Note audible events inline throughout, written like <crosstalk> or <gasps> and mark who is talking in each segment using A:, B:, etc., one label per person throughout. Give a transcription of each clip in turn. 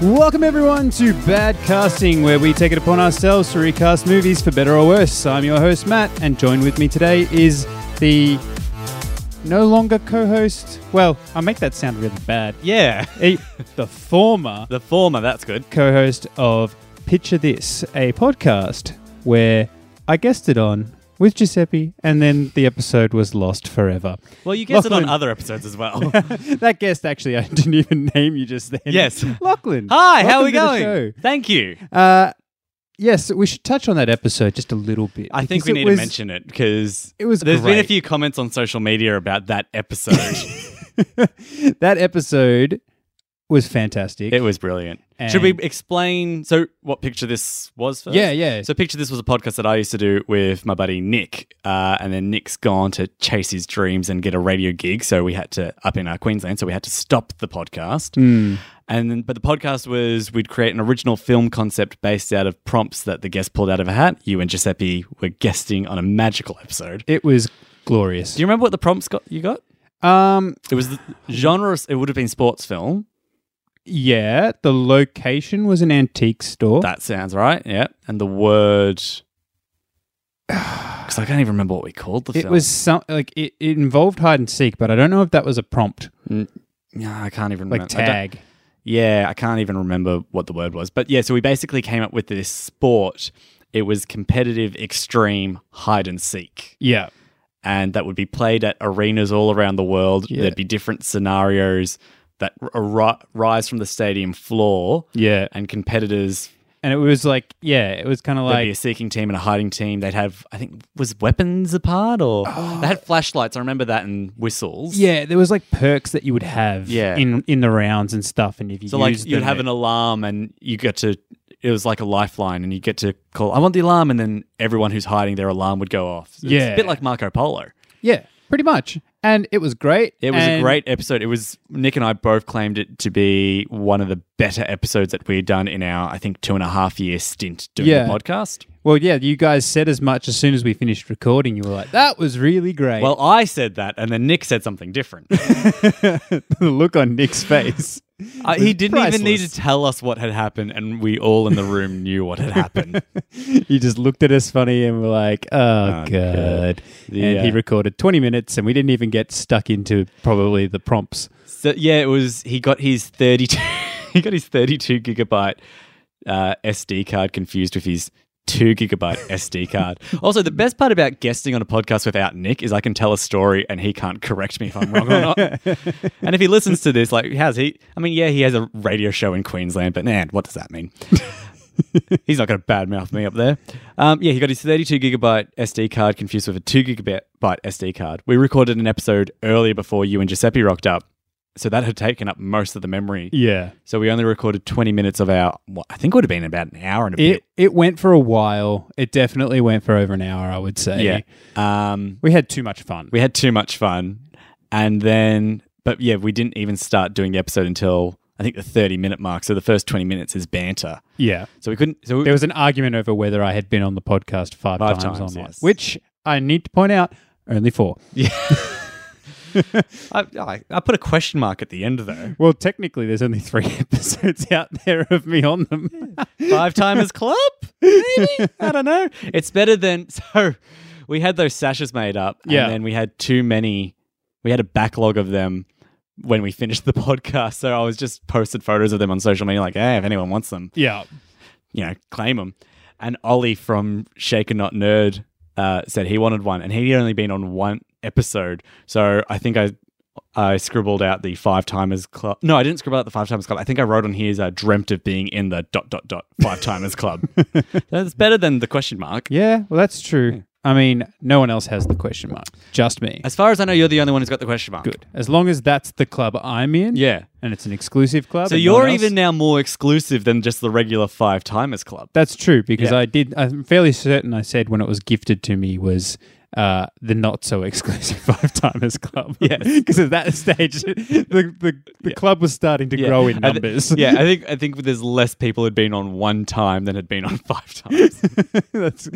A: Welcome, everyone, to Bad Casting, where we take it upon ourselves to recast movies for better or worse. I'm your host, Matt, and joined with me today is the no longer co host. Well, I make that sound really bad.
B: Yeah. <laughs>
A: Eh, the former
B: The former, that's good.
A: co host of Picture This, a podcast where I guested on with Giuseppe, and then the episode was lost forever. <laughs>
B: Well, you guessed it on
A: Lachlan.
B: other episodes as well.
A: <laughs> That guest, actually, I didn't even name you just then.
B: Yes.
A: Lachlan.
B: <laughs> Hi, how are we
A: Welcome to the
B: going? Thank you.
A: Uh, yes, we should touch on that episode just a little bit.
B: I
A: because
B: think we
A: it
B: need
A: was-
B: to mention it because
A: It was
B: there's been a
A: great.
B: few comments on social media about that
A: <laughs>
B: episode.
A: that episode was fantastic.
B: it was brilliant. Should we
A: And-
B: explain? So, what picture this was first?
A: yeah, yeah.
B: So, Picture This was a podcast that I used to do with my buddy Nick. Uh, and then Nick's gone to chase his dreams and get a radio gig. So, we had to, up in uh, Queensland, so we had to stop the podcast.
A: Hmm.
B: And then, but the podcast was we'd create an original film concept based out of prompts that the guest pulled out of a hat. You and Giuseppe were guesting on a magical episode.
A: it was glorious.
B: Do you remember what the prompts got you got?
A: Um,
B: It was the genre, it would have been sports film.
A: yeah, the location was an antique store.
B: That sounds right. Yeah. And the word. <sighs> Because I can't even remember what we called the
A: it
B: film.
A: was some like it, it involved hide and seek, but I don't know if that was a prompt
B: No, I can't even
A: like
B: remember. I don't-
A: tag.
B: Yeah, I can't even remember what the word was. But yeah, so we basically came up with this sport. It was competitive, extreme hide and seek.
A: Yeah,
B: And that would be played at arenas all around the world.
A: Yeah.
B: There'd be different scenarios that ar- rise from the stadium floor.
A: yeah,
B: And competitors,
A: and it was like yeah, it was kind of
B: there'd be
A: like
B: a seeking team and a hiding team. They'd have, I think, was weapons a part or
A: Oh.
B: they had flashlights. I remember that and whistles.
A: yeah, there was like perks that you would have
B: Yeah.
A: in in the rounds and stuff, and if you
B: So like
A: used
B: you'd
A: them,
B: have
A: it-
B: an alarm and you get to it was like a lifeline and you get to call I want the alarm and then everyone who's hiding their alarm would go off. So It's
A: Yeah.
B: a bit like Marco Polo.
A: Yeah, pretty much. And it was great.
B: It was
A: And
B: a great episode. It was Nick and I both claimed it to be one of the better episodes that we had done in our I think two and a half year stint doing
A: Yeah.
B: the podcast.
A: Well, yeah, you guys said as much as soon as we finished recording. You were like, "That was really great."
B: Well, I said that and then Nick said something <laughs>
A: <laughs>
B: different.
A: the look on Nick's face. <laughs>
B: Uh, he didn't even need to
A: priceless.
B: tell us what had happened and we all in the room knew what had happened.
A: he just looked at us funny and we're like, "Oh, god."
B: God.
A: and he
B: Yeah.
A: recorded 20 minutes, and we didn't even get stuck into probably the prompts.
B: <laughs> So yeah, it was. He got his thirty-two. <laughs> he got his thirty-two gigabyte uh, SD card confused with his two gigabyte <laughs> SD card. Also, the best part about guesting on a podcast without Nick is I can tell a story and he can't correct me if I'm wrong or not. and if he listens to this, like, how's he? I mean, yeah, he has a radio show in Queensland, but man, what does that mean? He's not going to badmouth me up there. Um, yeah, he got his 32 gigabyte SD card confused with a 2 gigabyte SD card. We recorded an episode earlier before you and Giuseppe rocked up. So that had taken up most of the memory.
A: Yeah,
B: So we only recorded 20 minutes of our, what I think would have been about an hour and a
A: it it went for a while. It definitely went for over an hour, I would say.
B: bit. Yeah. Um,
A: we had too much fun.
B: we had too much fun. And then, but yeah, we didn't even start doing the episode until I think the 30 minute mark. So the first 20 minutes is banter.
A: yeah,
B: So we couldn't, so we,
A: There was an argument over whether I had been on the podcast five,
B: Five
A: times,
B: times,
A: or not,
B: yes.
A: which I need to point out, only four.
B: I, I, I put a question mark at the end though.
A: Well, technically, there's only three <laughs> episodes out there of me on them.
B: Five timers club? Maybe? I don't know. It's better than <laughs> so we had those sashes made up and
A: Yeah.
B: then we had too many we had a backlog of them when we finished the <laughs> podcast. So I was just posted photos of them on social media like, hey, if anyone wants them,
A: yeah.
B: you know, claim them. And Ollie from Shaker Not Nerd uh, said he wanted one and he'd only been on one episode. So I think I I scribbled out the five timers club. No, I didn't scribble out the five timers club. I think I wrote on here is I dreamt of being in the dot dot dot five
A: <laughs>
B: timers club. That's better than the question mark.
A: Yeah. Well, that's true. I mean, no one else has the question mark, just me.
B: As far as I know, you're the only one who's got the question mark.
A: Good. As long as that's the club I'm in.
B: Yeah.
A: And it's an exclusive club.
B: So
A: and no
B: you're
A: one else-
B: even now more exclusive than just the regular five timers club.
A: That's true because
B: Yeah.
A: I did. I'm fairly certain I said when it was gifted to me was uh, the not so <laughs> exclusive Five Timers Club. <laughs>
B: Yeah.
A: because at that stage, the the, the club was starting to
B: Yeah.
A: grow in
B: I thi-
A: numbers.
B: yeah,
A: <laughs>
B: I think I think there's less people had been on one time than had been on
A: <laughs>
B: five times.
A: that's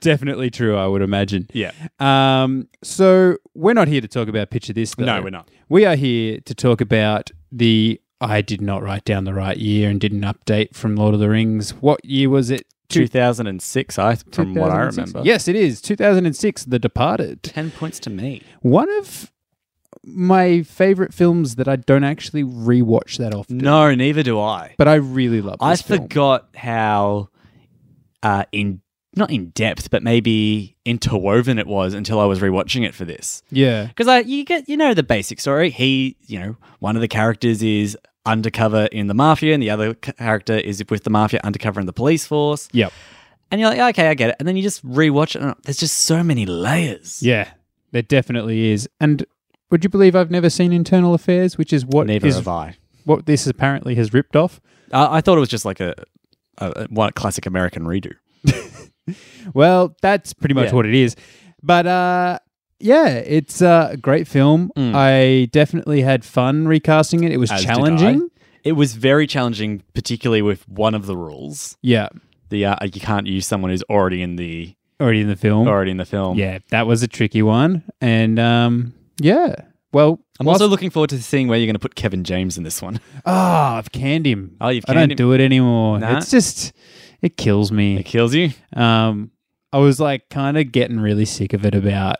A: definitely true. I would imagine.
B: Yeah.
A: Um. So we're not here to talk about picture this. Though.
B: No, we're not.
A: We are here to talk about the I did not write down the right year and didn't update from Lord of the Rings. What year was it? Two-
B: 2006, I from what I
A: 2006?
B: remember.
A: Yes, it is. 2006, The Departed.
B: 10 points to me.
A: One of my favorite films that I don't actually rewatch that often,
B: No, neither do I.
A: but I really love this
B: I
A: film.
B: forgot how uh, in not in depth, but maybe interwoven it was until I was rewatching it for this.
A: Yeah.
B: Because I you get you know the basic story. He you know one of the characters is undercover in the mafia, and the other c- character is with the mafia undercover in the police force.
A: Yep.
B: And you're like, okay, I get it. And then you just rewatch it. And there's just so many layers.
A: Yeah, there definitely is. And would you believe I've never seen Internal Affairs, which is what
B: Neither
A: is-
B: have I.
A: what this apparently has ripped off?
B: I. I thought it was just like a, a, a one classic American redo.
A: Well, that's pretty much
B: Yeah.
A: what it is. But uh, yeah, it's a great film. I definitely had fun recasting it. It was
B: Mm. As did I.
A: challenging.
B: It was very challenging, particularly with one of the rules.
A: Yeah,
B: The uh, you can't use someone who's already in the
A: already in the film.
B: already in the film.
A: Yeah, that was a tricky one. And um, yeah, well,
B: I'm
A: whilst-
B: also looking forward to seeing where you're going to put Kevin James in this one. <laughs>
A: Ah, I've canned him.
B: Oh, you've
A: I don't
B: canned him.
A: do it anymore.
B: Nah.
A: It's just it kills me.
B: It
A: <laughs>
B: kills you.
A: Um, I was like kind of getting really sick of it about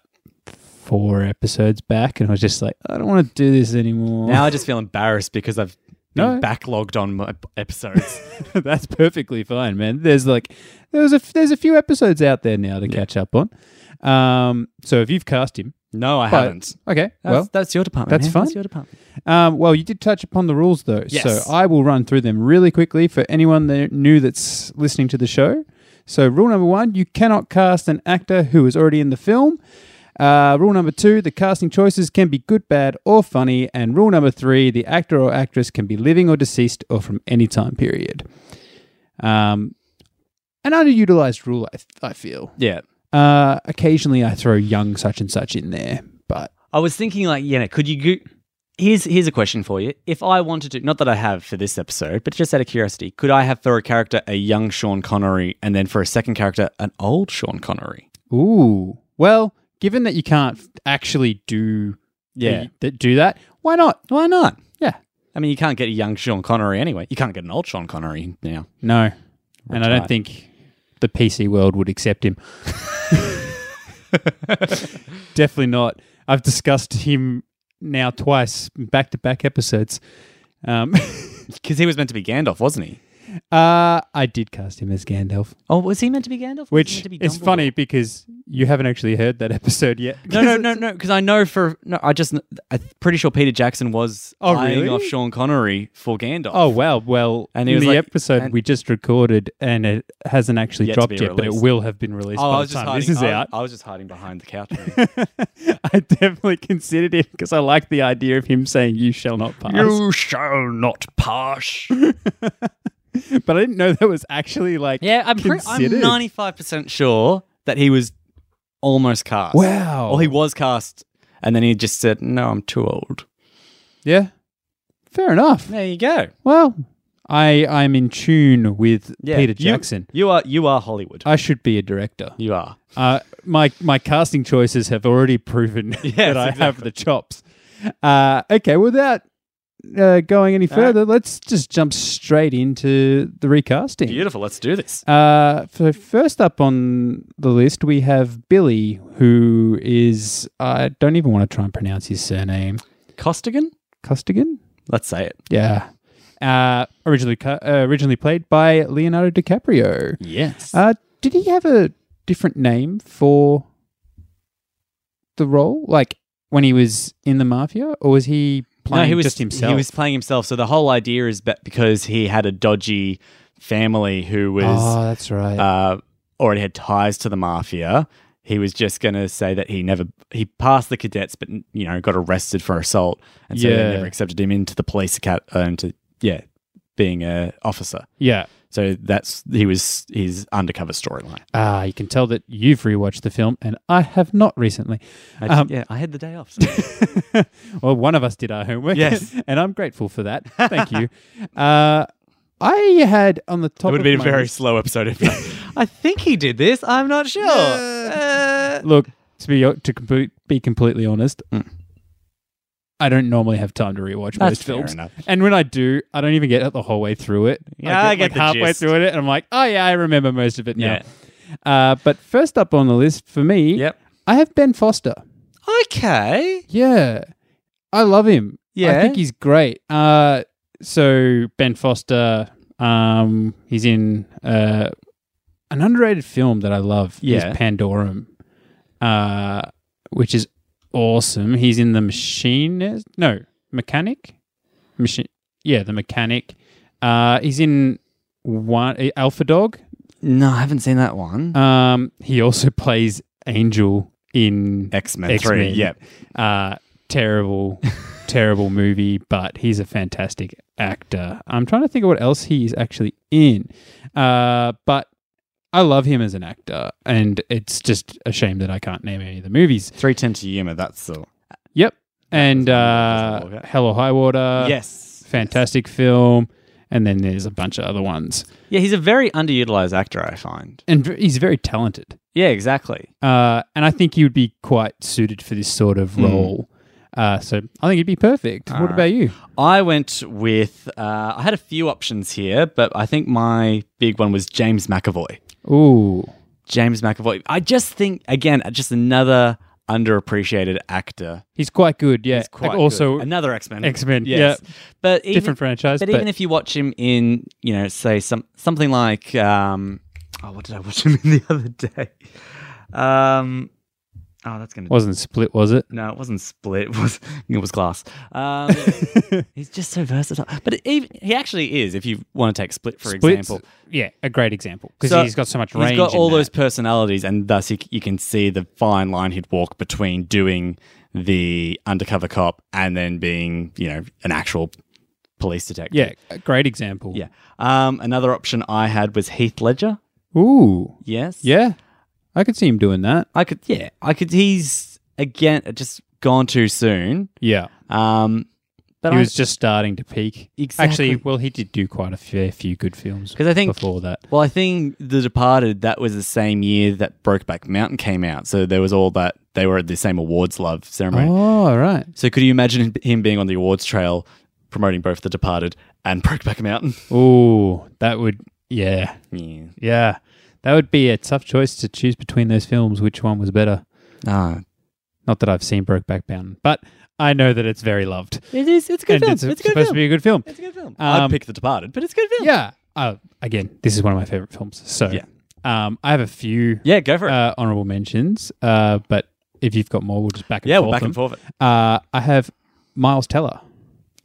A: four episodes back, and I was just like, I don't want to do this anymore.
B: Now I just feel embarrassed because I've
A: No.
B: been backlogged on my p-
A: <laughs>
B: episodes.
A: that's perfectly fine, man. There's like there was a there's a few episodes out there now to catch up on. Um, so if you've cast him, uh,
B: no, I
A: but-
B: haven't.
A: Okay,
B: That's,
A: well.
B: that's your department.
A: that's
B: man.
A: fine.
B: That's your department.
A: Um, well, you did touch upon the rules though,
B: Yes.
A: so I will run through them really quickly for anyone that new that's listening to the show. So, rule number one: you cannot cast an actor who is already in the film. Uh, rule number two: the casting choices can be good, bad, or funny. And rule number three: the actor or actress can be living or deceased or from any time period. Um, an underutilized rule, I, I feel.
B: Yeah.
A: Uh, occasionally, I throw young such and such in there, but
B: I was thinking, like, you know, could you go- Here's here's a question for you. If I wanted to, not that I have for this episode, but just out of curiosity, could I have for a character a young Sean Connery, and then for a second character an old Sean Connery?
A: Ooh. Well, given that you can't f- actually do
B: Yeah.
A: the- that do that, why not?
B: Why not?
A: Yeah.
B: I mean, you can't get a young Sean Connery anyway. You can't get an old Sean Connery now.
A: No. And I don't
B: Retired.
A: think the PC world would accept
B: <laughs>
A: him. Definitely not. I've discussed him now twice, back to back episodes. Um, <laughs>
B: Because he was meant to be Gandalf, wasn't he?
A: uh, I did cast him as Gandalf,
B: Oh, was he meant to be Gandalf? Was he
A: which
B: meant to be
A: is
B: Dumbledore?
A: funny because you haven't actually heard that episode yet.
B: No, no, no, <laughs> no. Because I know for no, I just I'm pretty sure Peter Jackson was
A: Oh,
B: eyeing
A: really?
B: off Sean Connery for Gandalf.
A: Oh wow! Well, and
B: And he
A: in
B: was
A: the
B: like-
A: episode
B: and-
A: we just recorded, and it hasn't actually
B: Yet to
A: dropped
B: be
A: yet, but it
B: released.
A: will have been released by
B: Oh, I
A: the
B: was just
A: time
B: hiding.
A: this is
B: I, was-
A: out.
B: I was just hiding behind the couch. man.
A: <laughs> I definitely considered it because I like the idea of him saying "You shall not pass,"
B: shall not pass.
A: but I didn't know that was actually like
B: <laughs> Yeah, I'm pre- I'm
A: Considered.
B: 95% sure that he was almost cast.
A: wow.
B: Or he was cast and then he just said, "No, I'm too old."
A: yeah, fair enough.
B: There you go.
A: Well, I I'm in tune with
B: Yeah.
A: Peter
B: you-
A: Jackson.
B: You, are you are Hollywood.
A: I should be a director.
B: you are.
A: Uh, my my casting choices have already proven <laughs> that I have the chops. Uh, okay, without uh, going any further, let's just jump straight into the recasting.
B: Beautiful. Let's do this.
A: Uh, so first up on the list, we have Billy, who is I don't even want to try and pronounce his surname,
B: Costigan?
A: Costigan.
B: Let's say it.
A: Yeah, uh, originally ca- uh, originally played by Leonardo DiCaprio.
B: Yes.
A: Uh, did he have a different name for the role? Like when he was in the mafia, or was he playing
B: he was
A: just himself?
B: He was playing himself. So the whole idea is that because he had a dodgy family who was
A: oh, that's right.
B: uh, already had ties to the mafia. He was just going to say that he never he passed the cadets, but you know got arrested for assault, and so
A: Yeah.
B: they never accepted him into the police acad- uh, into yeah being a officer.
A: yeah.
B: So that's he was his undercover storyline.
A: Ah, you can tell that you've rewatched the film, and I have not recently. <laughs>
B: I-
A: Um,
B: yeah, I had the day off.
A: well, one of us did our homework.
B: Yes.
A: <laughs> and I'm grateful for that. Thank you. Uh, I had on the top.
B: It would
A: of
B: have been a
A: my
B: very
A: list-
B: slow episode. If I think he did this. I'm not sure. Uh,
A: Yeah. Look, to be to complete, be completely honest, I don't normally have time to rewatch
B: That's
A: most
B: fair
A: films.
B: enough.
A: And when I do, I don't even get the whole way through it.
B: Yeah, I get
A: like
B: the
A: halfway
B: gist.
A: through it, and I'm like, oh yeah, I remember most of it
B: Yeah.
A: now. Uh, but first up on the list for me,
B: Yep.
A: I have Ben Foster.
B: Okay.
A: Yeah, I love him. I
B: Yeah?
A: think he's great. Uh, so Ben Foster, um, he's in uh, an underrated film that I love.
B: Yeah.
A: is Pandorum, uh, which is awesome. He's in the machinist. No, mechanic. Machine. Yeah, the mechanic. Uh, he's in one Alpha Dog.
B: No, I haven't seen that one.
A: Um, he also <laughs> plays Angel in
B: X Men
A: X-Men.
B: Three. Yep.
A: Uh, terrible, terrible movie, but he's a fantastic actor. I'm trying to think of what else he's actually in. Uh, but I love him as an actor, and it's just a shame that I can't name any of the movies.
B: Three Ten to Yuma. That's the
A: Yep. And
B: one that doesn't
A: uh,
B: work out.
A: Hell or High
B: Uh.
A: Water.
B: yes.
A: Fantastic film. And then there's a bunch of other ones.
B: Yeah, he's a very underutilized actor. I find.
A: And v- he's very talented.
B: Yeah, exactly.
A: Uh, and I think he would be quite suited for this sort of role. Uh, so I think he'd be perfect. what
B: right.
A: about you?
B: I went with. Uh, I had a few options here, but I think my big one was James McAvoy.
A: Ooh.
B: James McAvoy. I just think again, just another underappreciated actor.
A: He's quite good, yeah.
B: He's quite
A: like also
B: good. another X Men.
A: X-Men, yeah.
B: but even,
A: different franchise,
B: But,
A: but-
B: even if you watch him in, you know, say some something like, um, oh, what did I watch him in the <laughs> other day? Um, oh, that's gonna.
A: wasn't split, was it?
B: no, it wasn't split. <laughs> It was it was glass. <laughs> Um, he's just so versatile. But even, he actually is. If you want to take split for
A: Split's-
B: example,
A: Yeah, a great example because
B: So,
A: he's got so much range.
B: He's got
A: in
B: all
A: that.
B: those personalities, and thus he, c- you can see the fine line he'd walk between doing the undercover cop and then being, you know, an actual police detective.
A: Yeah, a great example.
B: Yeah. Um, another option I had was Heath Ledger.
A: Ooh.
B: Yes.
A: Yeah. I could see him doing that.
B: I could, yeah. I could, he's again just gone too soon.
A: Yeah.
B: Um, but
A: he
B: I,
A: was just starting to peak.
B: Exactly.
A: Actually, well, he did do quite a fair few good films
B: 'Cause I think-
A: before that.
B: well, I think The Departed, that was the same year that Brokeback Mountain came out. So there was all that, they were at the same awards love ceremony.
A: Oh, right.
B: So could you imagine him being on the awards trail promoting both The Departed and <laughs> Brokeback Mountain?
A: Ooh, that would, yeah.
B: Yeah.
A: Yeah. That would be a tough choice to choose between those films. Which one was better?
B: Ah,
A: Not that I've seen Brokeback Mountain, but I know that it's very loved.
B: it is. It's a good
A: and
B: film.
A: it's,
B: It's, a good
A: supposed to
B: film.
A: be a good film.
B: It's a good film.
A: Um,
B: I'd pick The Departed, but it's a good film.
A: Yeah. Uh, again, this is one of my favorite films. So
B: Yeah.
A: um, I have a few
B: Yeah, go for it.
A: uh, honorable mentions, uh, but if you've got more, we'll just back and
B: yeah,
A: forth.
B: we're back
A: them.
B: and forth.
A: Uh, I have Miles Teller.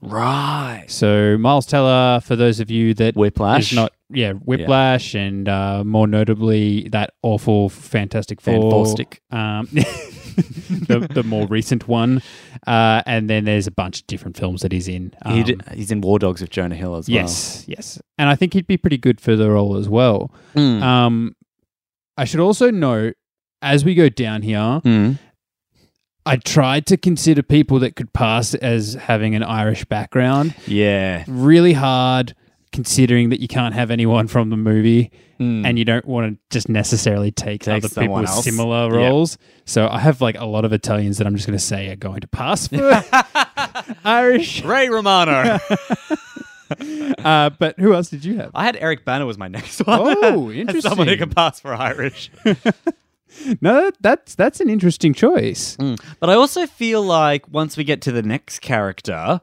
B: Right.
A: So Miles Teller, for those of you that
B: Whiplash.
A: is not yeah Whiplash, and uh, more notably that awful Fantastic
B: Fan
A: Four,
B: Four-stick.
A: um, <laughs> the, the more recent one, uh, and then there's a bunch of different films that he's in. Um,
B: He d he's in War Dogs with Jonah Hill as well.
A: Yes, yes, and I think he'd be pretty good for the role as well.
B: Mm.
A: Um, I should also note as we go down here,
B: Mm.
A: I tried to consider people that could pass as having an Irish background.
B: Yeah.
A: Really hard, considering that you can't have anyone from the movie
B: Mm.
A: and you don't want to just necessarily take,
B: Take
A: other people
B: someone
A: with
B: else.
A: similar
B: Yep.
A: roles. So I have like a lot of Italians that I'm just going to say are going to pass
B: <laughs>
A: for Irish.
B: Ray <laughs> Romano.
A: Uh, but who else did you
B: <laughs>
A: have?
B: I had Eric Banner was my next one.
A: Oh,
B: <laughs> As Someone who
A: interesting.
B: can pass for Irish.
A: No, that- that's that's an interesting choice.
B: Mm. But I also feel like once we get to the next character,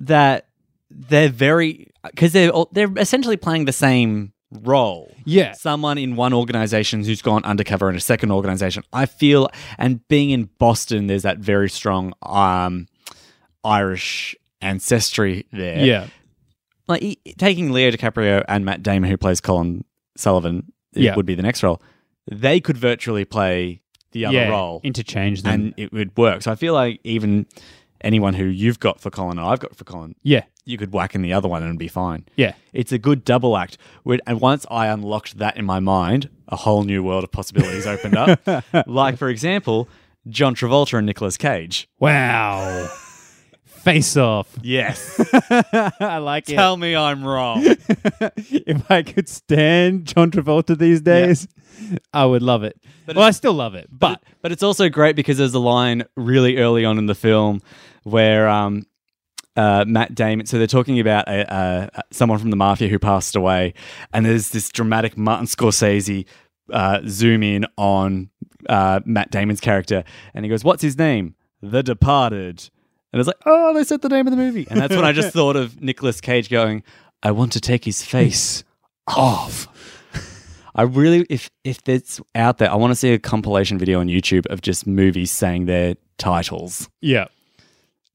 B: that they're very because they're all, they're essentially playing the same role.
A: Yeah.
B: Someone in one organization who's gone undercover in a second organization. I feel, and being in Boston, there's that very strong um, Irish ancestry there.
A: Yeah.
B: like e- taking Leo DiCaprio and Matt Damon, who plays Colin Sullivan, it
A: Yeah.
B: would be the next role. They could virtually play the other
A: yeah.
B: role
A: Interchange them.
B: and it would work. So I feel like even anyone who you've got for Colin and I've got for Colin,
A: yeah.
B: you could whack in the other one and it'd be fine.
A: Yeah.
B: It's a good double act. Wh- And once I unlocked that in my mind, a whole new world of possibilities opened <laughs> up. like, for example, John Travolta and Nicolas Cage. <laughs>
A: Wow. Face off.
B: Yes.
A: I like it.
B: Tell me I'm wrong.
A: <laughs> if I could stand John Travolta these days, I would love it. well, I still love it, but
B: But it's also great because there's a line really early on in the film where um, uh, Matt Damon. So they're talking about a, uh, someone from the mafia who passed away, and there's this dramatic Martin Scorsese uh, zoom in on uh, Matt Damon's character, and he goes, "What's his name? The Departed." And it's like, oh, they said the name of the movie, and that's when I just thought of Nicolas Cage going, "I want to take his face off." I really, if if it's out there, I want to see a compilation video on YouTube of just movies saying their titles.
A: Yeah.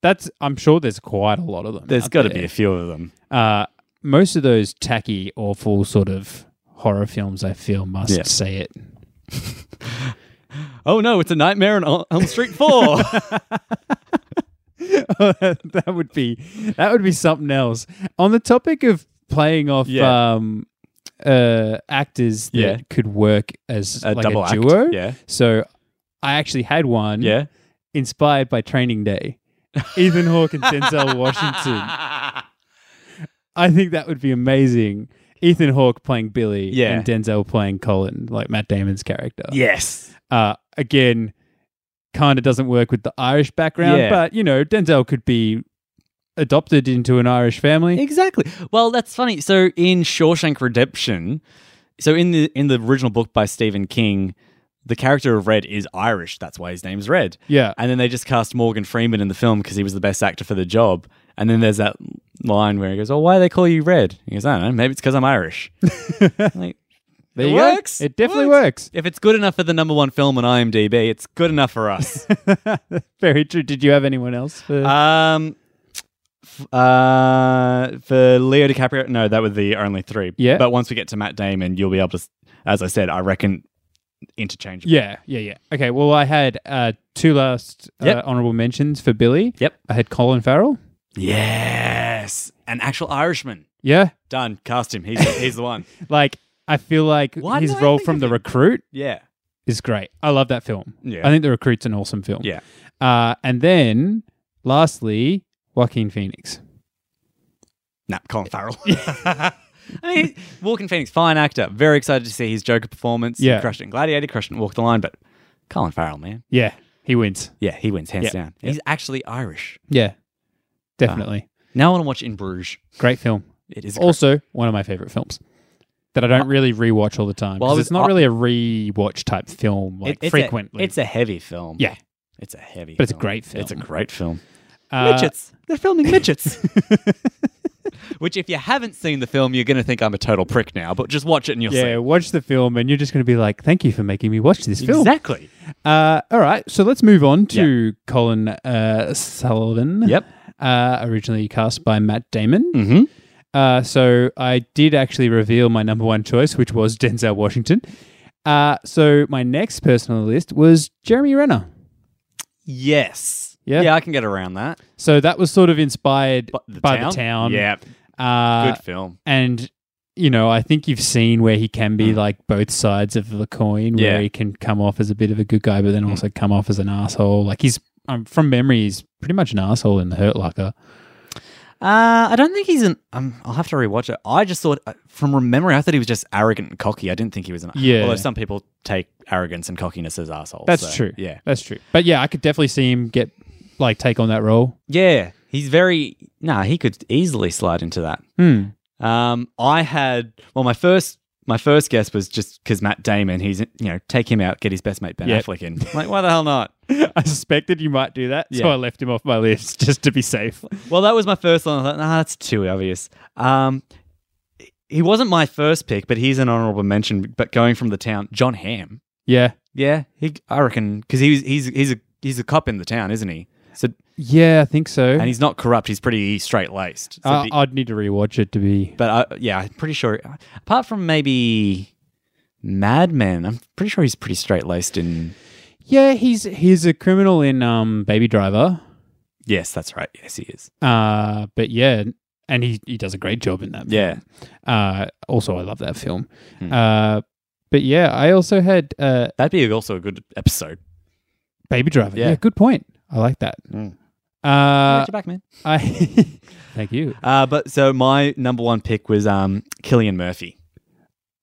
A: That's I'm sure there's quite a lot of them.
B: There's
A: out
B: got to
A: there.
B: be a few of them.
A: uh, most of those tacky, awful sort of horror films, I feel, must
B: Yeah.
A: say it. <laughs>
B: Oh no, it's a nightmare on El- Elm Street <laughs> Four.
A: that would be that would be something else. On the topic of playing off
B: Yeah.
A: um, uh, actors that
B: Yeah.
A: could work as
B: a
A: like
B: double
A: a duo.
B: act. Yeah,
A: So I actually had one
B: <laughs> yeah.
A: inspired by Training
B: <laughs>
A: Day. Ethan Hawke and Denzel Washington.
B: <laughs>
A: I think that would be amazing. Ethan Hawke playing Billy
B: Yeah.
A: and Denzel playing Colin, like Matt Damon's character.
B: yes.
A: Uh, again, kind of doesn't work with the Irish background,
B: Yeah.
A: but you know, Denzel could be adopted into an Irish family.
B: Exactly. Well, that's funny. So in Shawshank Redemption, so in the in the original book by Stephen King, the character of Red is Irish. That's why his name's Red.
A: Yeah.
B: And then they just cast Morgan Freeman in the film because he was the best actor for the job. And then there's that line where he goes, "Oh, why do they call you Red?" He goes, "I don't know. Maybe it's because I'm Irish." <laughs> like,
A: There
B: it
A: you go.
B: works.
A: It definitely
B: Works.
A: works. <laughs>
B: if it's good enough for the number one film on IMDb, it's good enough for us.
A: Very true. Did you have anyone else? for-
B: <laughs> um, f- uh, for Leo DiCaprio, no, that were the only three.
A: Yeah.
B: But once we get to Matt Damon, you'll be able to, s- as I said, I reckon, interchangeable.
A: yeah, yeah, yeah. Okay, well, I had uh, two last uh,
B: Yep.
A: honorable mentions for Billy.
B: Yep.
A: I had Colin Farrell.
B: Yes, an actual Irishman.
A: Yeah.
B: Done. Cast him. He's he's the one.
A: Like, I feel like
B: Why
A: his
B: did I
A: role
B: think
A: from
B: of
A: The
B: him?
A: Recruit
B: Yeah.
A: is great. I love that film.
B: Yeah.
A: I think The Recruit's an awesome film.
B: yeah.
A: Uh, and then, lastly, Joaquin Phoenix.
B: Nah, Colin Farrell. <laughs> I mean, Walking Phoenix, fine actor. Very excited to see his Joker performance. He
A: Yeah.
B: crushed it in Gladiator, crushed it in Walk the Line, but Colin Farrell, man.
A: Yeah, he wins.
B: Yeah, he wins hands
A: Yeah.
B: down. He's actually Irish.
A: Yeah, definitely.
B: Now I want to watch In Bruges.
A: Great film.
B: It is also
A: Also, one of my favorite films that I don't really rewatch all the time.
B: Ah. Well, I
A: 'cause
B: was-
A: it's not
B: I-
A: really a rewatch type film, like
B: it's
A: frequently.
B: A, it's a heavy film.
A: yeah,
B: it's a heavy.
A: But it's a
B: film.
A: great film.
B: It's a great film.
A: Uh,
B: midgets.
A: <laughs>
B: They're filming midgets. <laughs> Which, if you haven't seen the film, you're going to think I'm a total prick now. But just watch it and you'll
A: Yeah, watch the film, and you're just going to be like, "Thank you for making me watch this
B: see.
A: film." <laughs>
B: Exactly.
A: Uh, all right, so let's move on to Colin uh, Sullivan.
B: Yep.
A: Uh, originally cast by Matt Damon.
B: Mm-hmm.
A: Uh, so I did actually reveal my number one choice, which was Denzel Washington. Uh, so my next person on the list was Jeremy Renner.
B: Yes.
A: Yeah.
B: Yeah, I can get around that.
A: So that was sort of inspired by the town.
B: Yeah.
A: Uh,
B: good film.
A: and you know, I think you've seen where he can be like both sides of the coin, where
B: Mm. Yeah. Mm.
A: he can come off as a bit of a good guy, but then also come off as an asshole. Like he's um, from memory, he's pretty much an asshole in the Hurt Locker.
B: Uh, I don't think he's an. Um, I'll have to rewatch it. I just thought, uh, from memory, I thought he was just arrogant and cocky. I didn't think he was an.
A: Yeah.
B: Although some people take arrogance and cockiness as assholes.
A: That's
B: so,
A: true.
B: Yeah.
A: that's true. But yeah, I could definitely see him get like take on that role.
B: Yeah. He's very. Nah, he could easily slide into that.
A: Hmm.
B: Um, I had well, my first my first guess was just because Matt Damon. He's you know take him out, get his best mate Ben
A: Yep.
B: Affleck in. Like why the hell not?
A: <laughs> I suspected you might do that, so
B: Yeah.
A: I left him off my list <laughs> just to be safe.
B: Well, that was my first one. I thought, nah, that's too obvious. Um, he wasn't my first pick, but he's an honorable mention. But going from the town, John Hamm.
A: Yeah.
B: Yeah, he, I reckon because he's he's he's a he's a cop in the town, isn't he? So
A: Yeah, I think so.
B: and he's not corrupt. He's pretty straight laced. So
A: I-
B: the-
A: I'd need to rewatch it to be.
B: but I, yeah, I'm pretty sure. Apart from maybe Mad Men, I'm pretty sure he's pretty straight laced in.
A: Yeah, he's he's a criminal in um, Baby Driver,
B: Yes, that's right. Yes, he is.
A: uh, but yeah, and he, he does a great job in that.
B: Yeah.
A: Uh, also, I love that film.
B: Hmm.
A: Uh, but yeah, I also had uh,
B: That'd be also a good episode.
A: Baby Driver.
B: Yeah.
A: Yeah. Hmm. good point. I like that.
B: Mm.
A: Uh,
B: back, man.
A: I <laughs> thank you.
B: Uh, but so my number one pick was um, Killian Murphy.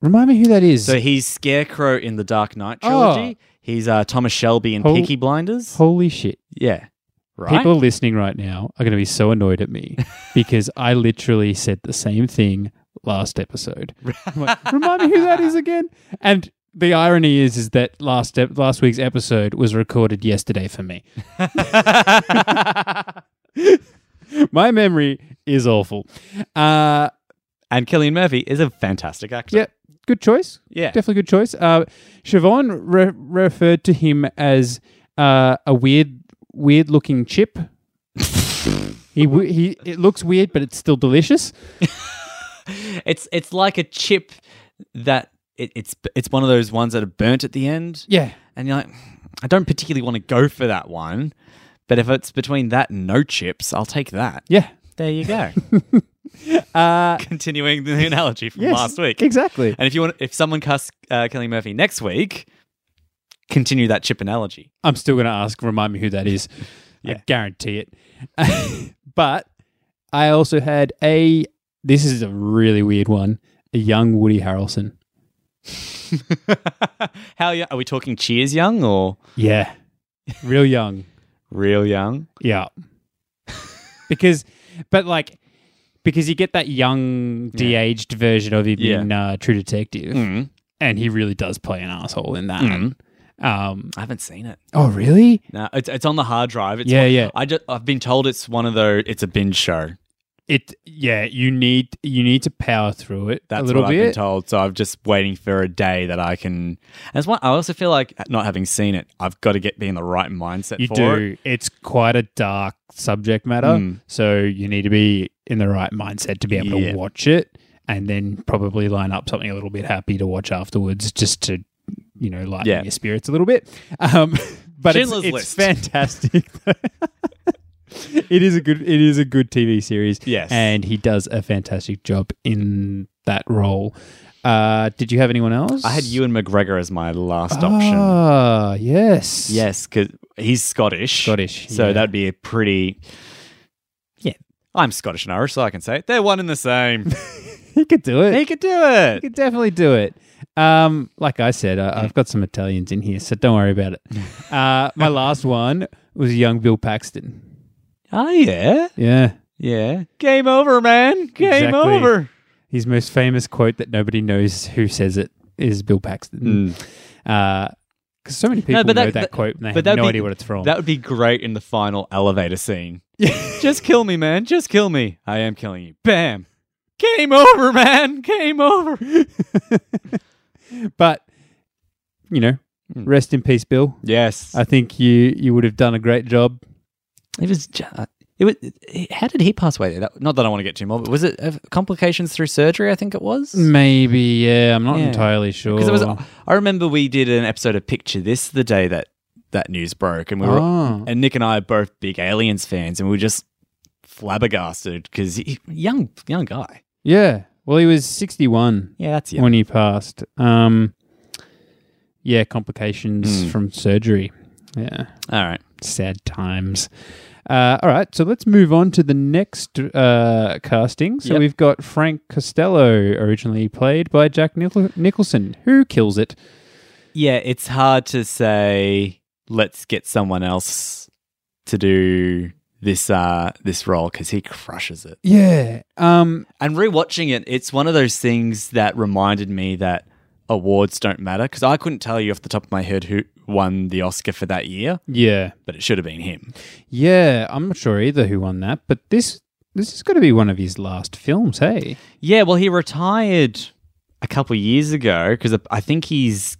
A: Remind me who that is.
B: So he's Scarecrow in
A: Oh.
B: the Dark Knight trilogy. He's uh, Thomas Shelby in
A: Hol-
B: Peaky Blinders.
A: Holy shit!
B: yeah. Right?
A: People
B: <laughs>
A: listening right now are going to be so annoyed at me because I literally said the same thing last
B: <laughs>
A: episode. I'm like, Remind me who that is again. And the irony is, is that last ep- last week's episode was recorded yesterday for
B: <laughs>
A: me. My memory is awful. Uh,
B: and Killian Murphy is a fantastic actor.
A: yeah, good choice.
B: Yeah.
A: Definitely good choice. Uh, Siobhan re- referred to him as uh, a weird, weird looking
B: <laughs>
A: chip. he w- he. It looks weird, but it's still delicious.
B: It's it's like a chip that it, it's it's one of those ones that are burnt at the end.
A: Yeah,
B: And you're like, "Hmm, I don't particularly want to go for that one, but if it's between that and no chips, I'll take that.
A: yeah.
B: There you go.
A: Uh,
B: <laughs> Continuing the analogy from
A: yes,
B: last week.
A: exactly.
B: And if you want, if someone casts uh, Kelly Murphy next week, continue that
A: <laughs>
B: chip analogy.
A: I'm still going to ask. Remind me who that is.
B: Yeah.
A: I guarantee it. <laughs> but I also had a. This is a really weird one. A young Woody Harrelson.
B: How young, are we talking? Cheers, young or
A: Yeah, real young.
B: real young?
A: <laughs> Yeah. because, but like, because you get that young, de aged version of him
B: Yeah.
A: in uh, True Detective,
B: Mm.
A: and he really does play an asshole in that.
B: Mm.
A: Um,
B: I haven't seen it.
A: oh, really?
B: No, it's it's on the hard drive. It's
A: Yeah,
B: one-
A: yeah.
B: I just I've been told it's one of those. It's a binge show.
A: It, yeah, you need you need to power through it a
B: That's
A: little
B: what I've been
A: bit.
B: told. So I'm just waiting for a day that I can. As one, I also feel like not having seen it, I've got to get be in the right mindset.
A: you
B: for
A: do.
B: It.
A: It's quite a dark subject matter,
B: Mm.
A: so you need to be in the right mindset to be able
B: Yeah.
A: to watch it, and then probably line up something a little bit happy to watch afterwards, just to you know lighten
B: Yeah.
A: your spirits a little bit. Um, <laughs> but it's,
B: Schindler's
A: it's
B: List.
A: fantastic. <laughs> it is a good. It is a good TV series.
B: Yes.
A: and he does a fantastic job in that role. Uh, did you have anyone else?
B: I had Ewan McGregor as my last option.
A: Ah, yes,
B: Yes, because he's Scottish.
A: Scottish,
B: So
A: yeah.
B: that'd be a pretty. Yeah, I'm Scottish and Irish, so I can say it. They're one and the <laughs> same.
A: he could do it.
B: he could do it.
A: You could definitely do it. Um, like I said, I,
B: Mm.
A: I've got some Italians in here, so don't worry about
B: <laughs>
A: it. Uh, my last one was young Bill Paxton.
B: Oh yeah,
A: Yeah.
B: yeah. Game over, man. Game
A: Exactly.
B: over.
A: His most famous quote that nobody knows who says it is Bill Paxton. Because so many people
B: Mm. but
A: know
B: that-
A: that,
B: that-
A: quote and they
B: but
A: have
B: that'd
A: no
B: be-
A: idea what it's from.
B: That would be great in the final elevator scene. <laughs> Just kill me, man. Just kill me. I am killing you. Bam. Game over, man. Game over.
A: but, you know,
B: Mm.
A: rest in peace, Bill.
B: Yes.
A: I think you, you would have done a great job.
B: it was. ju- uh, It was. How did he pass away? There. That- Not that I want to get too more, but was it uh, complications through surgery? I think it was.
A: Maybe, yeah. I'm not
B: Yeah.
A: entirely sure.
B: Because it was. I remember we did an episode of Picture This the day that that news broke, and we were
A: Ah.
B: and Nick and I are both big Aliens fans, and we were just flabbergasted because young young guy.
A: yeah. Well, he was 61.
B: Yeah, that's young.
A: when he passed. Um, yeah, complications
B: Hmm.
A: from surgery. Yeah,
B: All right.
A: sad times. Uh, all right, so let's move on to the next uh, casting. So
B: Yep.
A: we've got Frank Costello, originally played by Jack Nichol- Nicholson, who kills it.
B: Yeah, it's hard to say. Let's get someone else to do this uh this role because he crushes it.
A: Yeah. Um.
B: And rewatching it, it's one of those things that reminded me that awards don't matter because I couldn't tell you off the top of my head who won the Oscar for that year,
A: Yeah.
B: but it should have been him.
A: Yeah. I'm not sure either who won that, but this this is going to be one of his last films. Hey.
B: Yeah, well, he retired a couple of years ago because I think he's.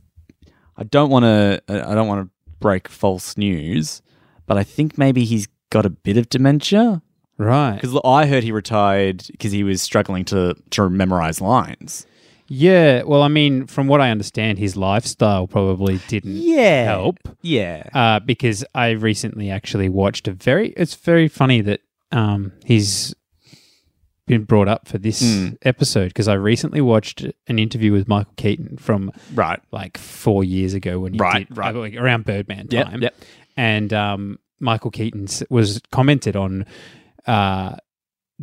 B: I don't want to. I don't want to break false news, but I think maybe he's got a bit of dementia.
A: Right.
B: Because I heard he retired because he was struggling to to memorize lines.
A: Yeah. Well, I mean, from what I understand, his lifestyle probably didn't
B: Yeah.
A: help.
B: Yeah.
A: uh, because I recently actually watched a very. It's very funny that um, he's been brought up for this
B: Hmm.
A: episode because I recently watched an interview with Michael Keaton from
B: Right.
A: like four years ago when he
B: Right,
A: did,
B: right.
A: uh, like, around Birdman
B: Yep,
A: time,
B: yep.
A: and um, Michael Keaton s- was commented on uh,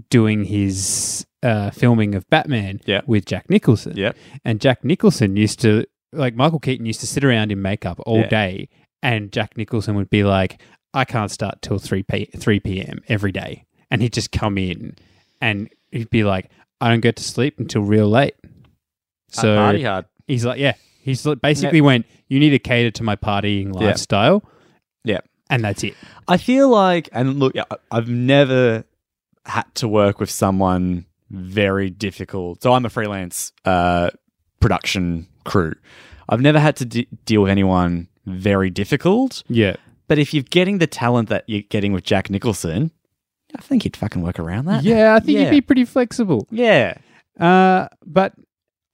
A: doing his uh, filming of Batman
B: Yep.
A: with Jack Nicholson,
B: Yep.
A: and Jack Nicholson used to like Michael Keaton used to sit around in makeup all
B: Yeah.
A: day, and Jack Nicholson would be like, I can't start till 3 p 3 p.m. every day. And he'd just come in and he'd be like, I don't get to sleep until real late. So
B: party hard.
A: he's like, yeah. He's like, basically went, you need to cater to my partying
B: Yeah.
A: lifestyle.
B: Yeah.
A: And that's it.
B: I feel like, and look, I- I've never had to work with someone very difficult. So I'm a freelance uh, production crew. I've never had to de- deal with anyone very difficult.
A: Yeah.
B: But if you're getting the talent that you're getting with Jack Nicholson, I think he'd fucking work around that.
A: Yeah. I think
B: Yeah.
A: he'd be pretty flexible.
B: Yeah.
A: Uh, but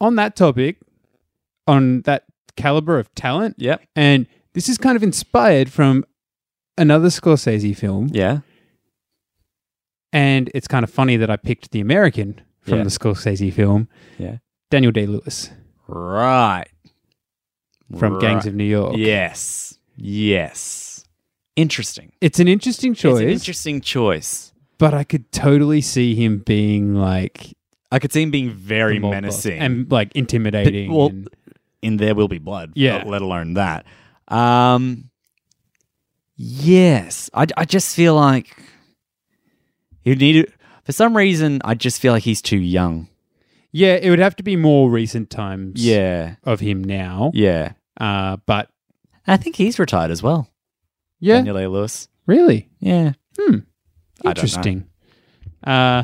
A: on that topic, on that caliber of talent,
B: Yep.
A: and this is kind of inspired from another Scorsese film,
B: Yeah.
A: and it's kind of funny that I picked The American from
B: Yeah.
A: the Scorsese film.
B: Yeah.
A: Daniel Day Lewis
B: Right.
A: from
B: Right.
A: Gangs of New York.
B: Yes. Yes. Interesting.
A: It's an interesting choice,
B: It's an interesting choice.
A: but I could totally see him being like
B: I could see him being
A: the
B: very
A: mob boss
B: menacing.
A: and like intimidating.
B: But- well,
A: and-
B: in There Will Be Blood,
A: Yeah.
B: let alone that. Um, yes. I, I just feel like you need to, for some reason, I just feel like he's too young.
A: yeah, it would have to be more recent times
B: Yeah.
A: of him now.
B: Yeah.
A: Uh, but
B: I think he's retired as well.
A: yeah,
B: Daniel A. Lewis.
A: really
B: Yeah. I don't know.
A: interesting. Uh,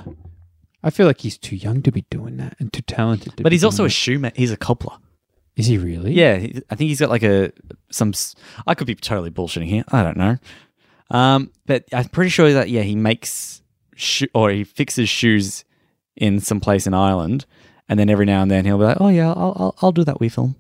A: I feel like he's too young to be doing that and too talented. To
B: But
A: be
B: he's also a
A: doing
B: shoemaker. He's a cobbler.
A: that. is he really?
B: Yeah, he- I think he's got like a some. s- I could be totally bullshitting here. I don't know. Um, but I'm pretty sure that yeah, he makes sho- or he fixes shoes in some place in Ireland, and then every now and then he'll be like, "Oh yeah, I'll I'll, I'll do that wee film."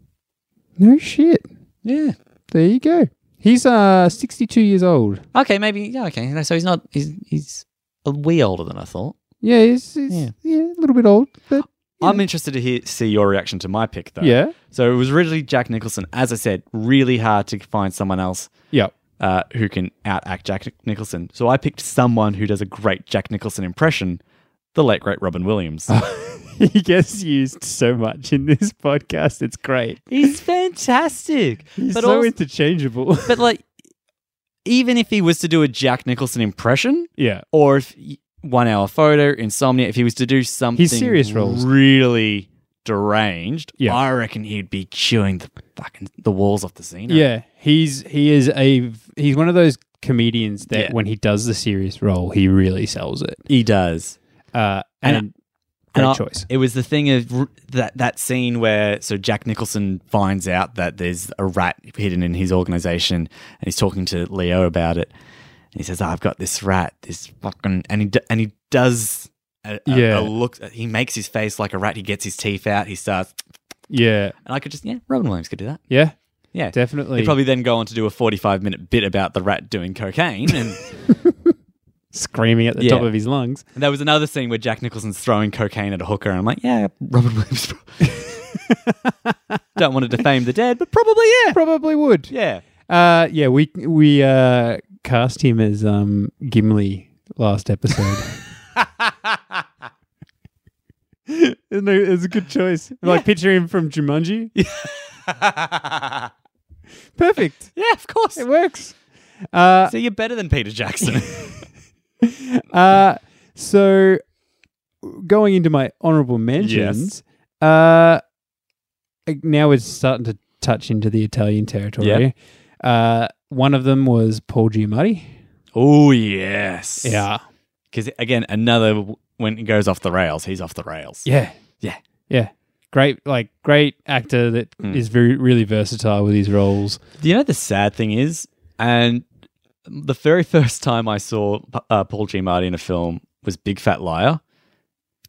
A: No shit.
B: Yeah.
A: There you go. He's uh 62 years old.
B: Okay, maybe. Yeah. Okay. So he's not. He's he's a wee older than I thought.
A: Yeah, he's, he's yeah.
B: Yeah.
A: a little bit old, but
B: I'm interested to hear, see your reaction to my pick though.
A: <gasps> yeah,
B: So it was originally Jack Nicholson. As I said, really hard to find someone else
A: yeah.
B: uh, who can outact Jack Nicholson. So I picked someone who does a great Jack Nicholson impression, the late great
A: <laughs>
B: Robin Williams.
A: <laughs> he gets used so much in this podcast. It's great.
B: He's fantastic.
A: <laughs> He's
B: But
A: so
B: also-
A: interchangeable. <laughs>
B: But like, even if he was to do a Jack Nicholson impression,
A: yeah,
B: or if y- one hour photo, insomnia, if he was to do something
A: serious roles.
B: really deranged,
A: Yeah.
B: I reckon he'd be chewing the fucking the walls off the scene.
A: yeah. He's he is a v- he's one of those comedians that
B: Yeah.
A: when he does the serious role, he really sells it.
B: he does.
A: Uh, and, great
B: And- And I-
A: choice.
B: It was the thing of r- that that scene where so Jack Nicholson finds out that there's a rat hidden in his organization, and he's talking to Leo about it. And he says, "Ah, "I've got this rat, this fucking," and he d- and he does a, a-
A: Yeah.
B: a look. He makes his face like a rat. He gets his teeth out. He starts,
A: Yeah,
B: and I could just yeah, Robin Williams could do that.
A: yeah,
B: Yeah,
A: definitely.
B: He'd probably then go on to do a forty-five minute bit about the rat doing cocaine, and,
A: screaming at the
B: Yeah.
A: top of his lungs.
B: and there was another scene where Jack Nicholson's throwing cocaine at a hooker, and I'm like, yeah, Robin Williams. <laughs> Don't want to defame the dead, but probably yeah.
A: Probably would. <laughs>
B: Yeah.
A: Uh, yeah, we we uh, cast him as um, Gimli last episode. Isn't it- it's a good choice. Like picture him from Jumanji.
B: yeah,
A: Perfect.
B: of course.
A: It works. Uh,
B: So you're better than Peter Jackson.
A: uh, so going into my honorable mentions, uh, now we're starting to touch into the Italian territory. Uh, one of them was Paul Giamatti.
B: <laughs> oh yes. Because again, another when he goes off the rails, he's off the rails.
A: Yeah.
B: Yeah.
A: Yeah. Great, like great actor that is
B: Mm.
A: very really versatile with his roles.
B: Do you know the sad thing is, and the very first time I saw uh, Paul Giamatti in a film was Big Fat Liar.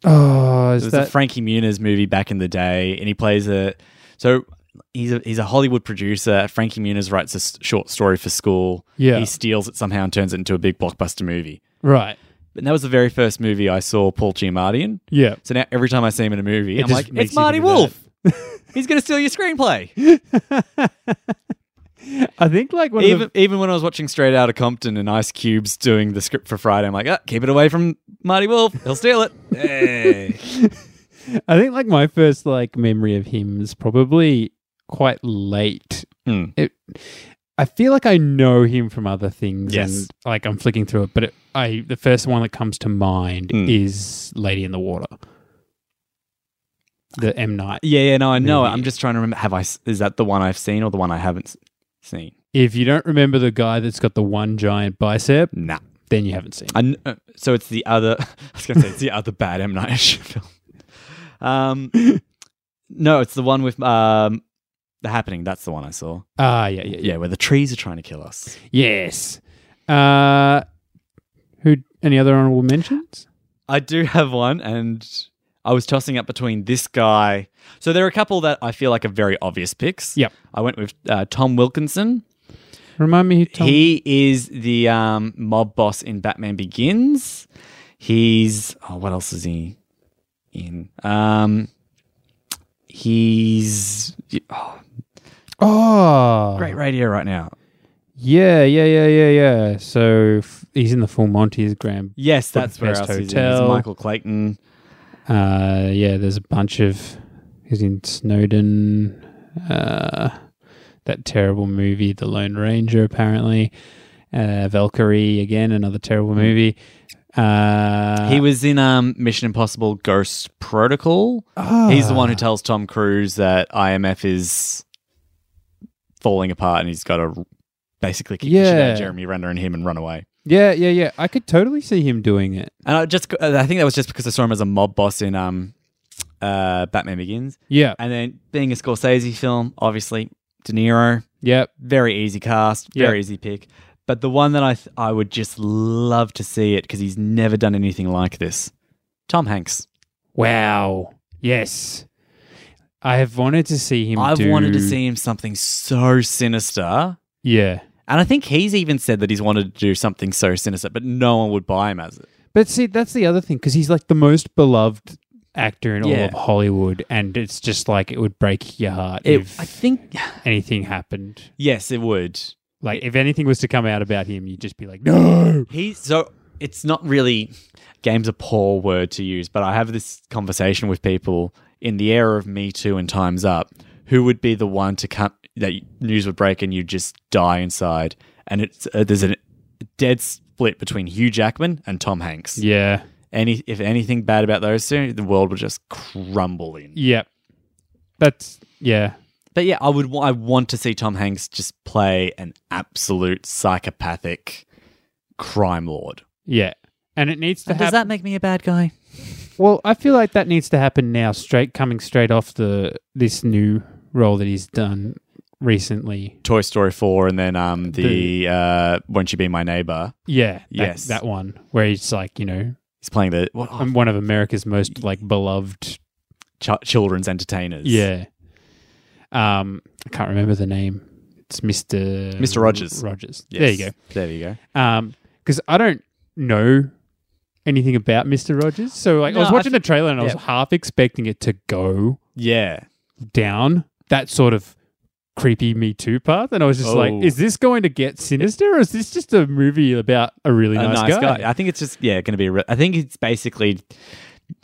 A: Oh,
B: It
A: is
B: was
A: that
B: a Frankie Muniz movie back in the day, and he plays a. So he's a, he's a Hollywood producer. Frankie Muniz writes a s- short story for school.
A: Yeah.
B: he steals it somehow and turns it into a big blockbuster movie.
A: right?
B: And that was the very first movie I saw Paul Giamatti in.
A: Yeah.
B: So now every time I see him in a movie,
A: It
B: I'm
A: just
B: like,
A: makes
B: it's
A: you
B: Marty
A: think of
B: Wolf. he's going to steal your screenplay.
A: I think like <laughs> one of
B: even even when I was watching Straight Outta Compton and Ice Cube's doing the script for Friday, I'm like, ah, keep it away from Marty Wolf. He'll
A: <laughs>
B: steal it. Hey.
A: the, I think like my first like memory of him is probably quite late.
B: Hmm.
A: It I feel like I know him from other things.
B: Yes.
A: And like I'm flicking through it, but it, I the first one that comes to mind
B: Hmm.
A: is Lady in the Water. The M Night.
B: Yeah, yeah, no, I know.
A: Movie.
B: I'm just trying to remember. Have I? s- Is that the one I've seen or the one I haven't s- seen?
A: If you don't remember the guy that's got the one giant bicep,
B: Nah.
A: then you haven't seen. it.
B: I kn- uh, so it's the other. <laughs> I was going to say it's the other bad M Night Shyamalan film. Um, no, it's the one with um, the happening. That's the one I saw.
A: Ah, yeah, yeah, yeah.
B: Yeah, where the trees are trying to kill us.
A: Yes. Uh, who? Any other honorable mentions?
B: I do have one, and I was tossing up between this guy. So there are a couple that I feel like are very obvious picks.
A: Yep.
B: I went with uh, Tom Wilkinson.
A: Remind me who Tom.
B: He is the um, mob boss in Batman Begins. He's oh, what else is he in? Um, he's oh,
A: oh,
B: great radio right now.
A: Yeah, yeah, yeah, yeah, yeah. So f- he's in the full Monty as Graham.
B: Yes, that's where
A: Budapest
B: else he's in. He's
A: Hotel.
B: Michael Clayton.
A: Uh, yeah, there's a bunch of. He's in Snowden. Uh, that terrible movie, The Lone Ranger, apparently. Uh, Valkyrie again, another terrible movie. Uh,
B: Hmm. he was in um, Mission Impossible: Ghost Protocol.
A: ah,
B: He's the one who tells Tom Cruise that IMF is falling apart, and he's got to basically kick the shit out
A: Yeah.
B: of Jeremy Renner and him and run away.
A: yeah, yeah, yeah. I could totally see him doing it.
B: And I just, uh, I think that was just because I saw him as a mob boss in um, uh, Batman Begins,
A: Yeah,
B: and then being a Scorsese film, obviously De Niro,
A: yeah.
B: very easy cast, very
A: Yeah.
B: easy pick. But the one that I, th- I would just love to see it because he's never done anything like this. Tom Hanks.
A: Wow. Yes. I have wanted to see him.
B: I've
A: do-
B: wanted to see him something so sinister.
A: Yeah.
B: And I think he's even said that he's wanted to do something so sinister, but no one would buy him as it.
A: But see, that's the other thing because he's like the most beloved actor in all
B: Yeah.
A: of Hollywood, and it's just like it would break your heart if
B: I think,
A: anything happened.
B: yes, it would.
A: Like if anything was to come out about him, you'd just be like, no.
B: He's so it's not really game's a poor word to use, but I have this conversation with people in the era of Me Too and Time's Up, who would be the one to come that news would break and you just die inside, and it's uh, there's a dead split between Hugh Jackman and Tom Hanks.
A: Yeah.
B: Any if anything bad about those two, the world would just crumble in.
A: Yep. That's yeah.
B: But yeah, I would wa- I want to see Tom Hanks just play an absolute psychopathic crime lord.
A: Yeah. And it needs to
B: Does
A: happen.
B: that make me a bad guy?
A: well, I feel like that needs to happen now, straight coming straight off the this new role that he's done recently.
B: Toy Story 4 and then um the uh Won't You Be My Neighbor.
A: Yeah. that-
B: Yes. Oh,
A: That one where he's like, you know,
B: He's playing the what,
A: I'm one of America's most like beloved
B: ch- children's entertainers.
A: Yeah. Um, I can't remember the name. It's Mister
B: Mr. Rogers.
A: Rogers.
B: Yes.
A: There you
B: There you go.
A: go. Um, because I don't know anything about Mister Rogers, so like I
B: No,
A: was
B: I
A: watching the trailer and I
B: yeah.
A: was half expecting it to go
B: Yeah.
A: down that sort of creepy Me Too path, and I was just like,
B: Oh.
A: is this going to get sinister, or is this just a movie about a really
B: a
A: nice,
B: nice guy. I think it's just yeah, going to be a re- I think it's basically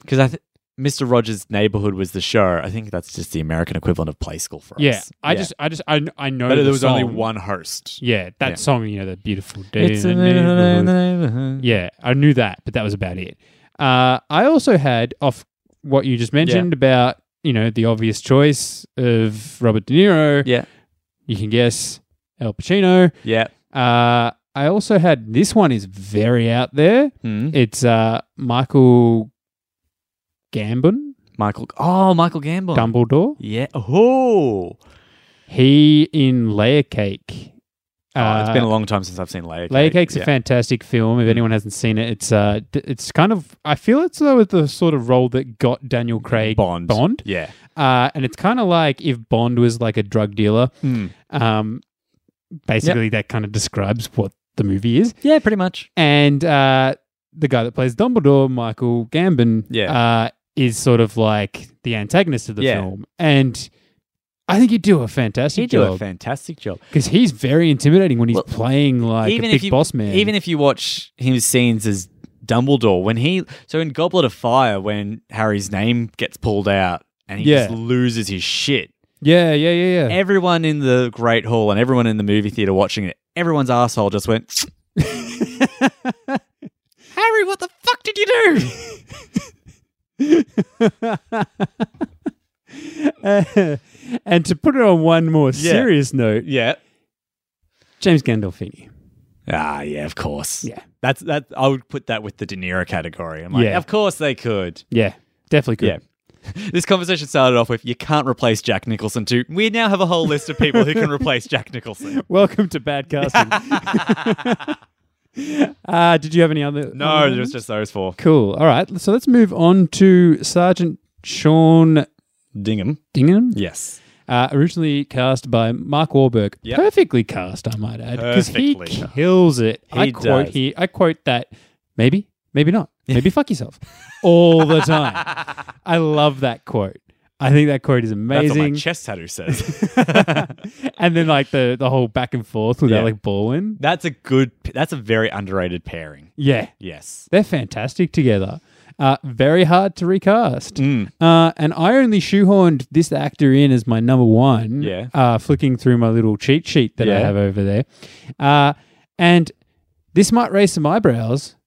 B: cuz I th- Mr. Rogers' Neighborhood was the show. I think that's just the American equivalent of Play School for
A: Yeah,
B: us.
A: I just, I just, I, I know.
B: but
A: the
B: there was only
A: song.
B: one host.
A: Yeah, that
B: Yeah.
A: song, you know, the beautiful day.
B: It's a
A: in the neighborhood.
B: neighborhood.
A: Yeah, I knew that, but that was about it. Uh, I also had off what you just mentioned about you know the obvious choice of Robert De Niro.
B: Yeah.
A: You can guess Al Pacino.
B: Yeah.
A: Uh, I also had this one is very out there.
B: Hmm.
A: It's uh, Michael Gambon,
B: Michael Oh, Michael Gambon.
A: Dumbledore.
B: Yeah. Oh.
A: He in Layer Cake.
B: Oh, it's been
A: Uh,
B: a long time since I've seen Layer Cake.
A: Layer Cake's
B: Yeah. Mm.
A: a fantastic film. If anyone hasn't seen it, it's uh, d- it's kind of I feel it's though the sort of role that got Daniel Craig
B: Bond.
A: Bond,
B: Yeah.
A: uh, and it's kind of like if Bond was like a drug dealer. Um, basically, that kind of describes what the movie is.
B: Yeah, pretty much.
A: And uh, the guy that plays Dumbledore, Michael Gambon,
B: Yeah.
A: uh, is sort of like the antagonist of the
B: Yeah.
A: film, and I think he'd do a fantastic
B: He do a
A: job
B: fantastic job.
A: because he's very intimidating when he's
B: Well,
A: playing like
B: even
A: a
B: if
A: big
B: you-
A: boss man.
B: Even if you watch his scenes as Dumbledore, when he so in Goblet of Fire, when Harry's name gets pulled out and he
A: Yeah.
B: just loses his shit.
A: Yeah, yeah, yeah, yeah.
B: Everyone in the Great Hall and everyone in the movie theater watching it, everyone's asshole just went, <laughs> Harry, what the fuck did you do?
A: <laughs> and to put it on one more
B: Yeah.
A: serious note,
B: yeah.
A: James Gandolfini.
B: Ah, yeah, of course.
A: Yeah.
B: That's that I would put that with the De Niro category. I'm like,
A: Yeah.
B: of course they could.
A: Yeah, definitely could.
B: Yeah. This conversation started off with you can't replace Jack Nicholson to we now have a whole list of people who can replace Jack Nicholson.
A: Welcome to bad
B: <laughs>
A: casting. uh, did you have any other?
B: No,
A: other
B: it was
A: ones?
B: just those four.
A: cool. All right, so let's move on to Sergeant Sean
B: Dingham.
A: Dingham,
B: Yes.
A: uh, originally cast by Mark Wahlberg.
B: Yep.
A: Perfectly cast, I might add, because he
B: Perfectly.
A: kills it. I
B: He
A: quote
B: does.
A: he, I quote that maybe, maybe not, maybe fuck yourself, all the
B: <laughs>
A: time. I love that quote. I think that quote is
B: That's what my
A: amazing.
B: chest tattoo says.
A: and then like the the whole back and forth with
B: Yeah.
A: Alec Baldwin.
B: that's a good that's a very underrated pairing.
A: Yeah.
B: Yes.
A: They're fantastic together. Uh, very hard to recast. Uh, and I only shoehorned this actor in as my number one.
B: Yeah.
A: Uh, flicking through my little cheat sheet that I
B: Yeah.
A: have over there. Uh, and this might raise some eyebrows,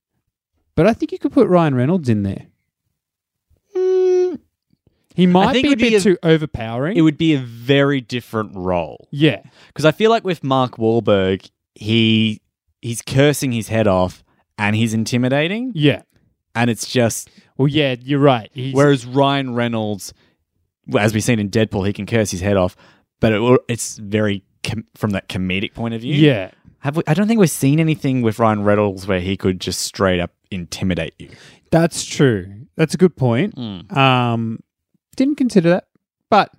A: but I think you could put Ryan Reynolds in there. He might
B: Hmm. think
A: be
B: it
A: a
B: would be
A: bit
B: a-
A: too overpowering.
B: It would be a very different role.
A: yeah.
B: Because I feel like with Mark Wahlberg, he he's cursing his head off and he's intimidating.
A: Yeah.
B: And it's just
A: Well, yeah, you're right. He's,
B: Whereas Ryan Reynolds, well, as we've seen in Deadpool, he can curse his head off, but it, will- it's very com- from that comedic point of view.
A: yeah.
B: Have we, I don't think we've seen anything with Ryan Reynolds where he could just straight up intimidate you.
A: That's true. That's a good point. Um, didn't consider that, but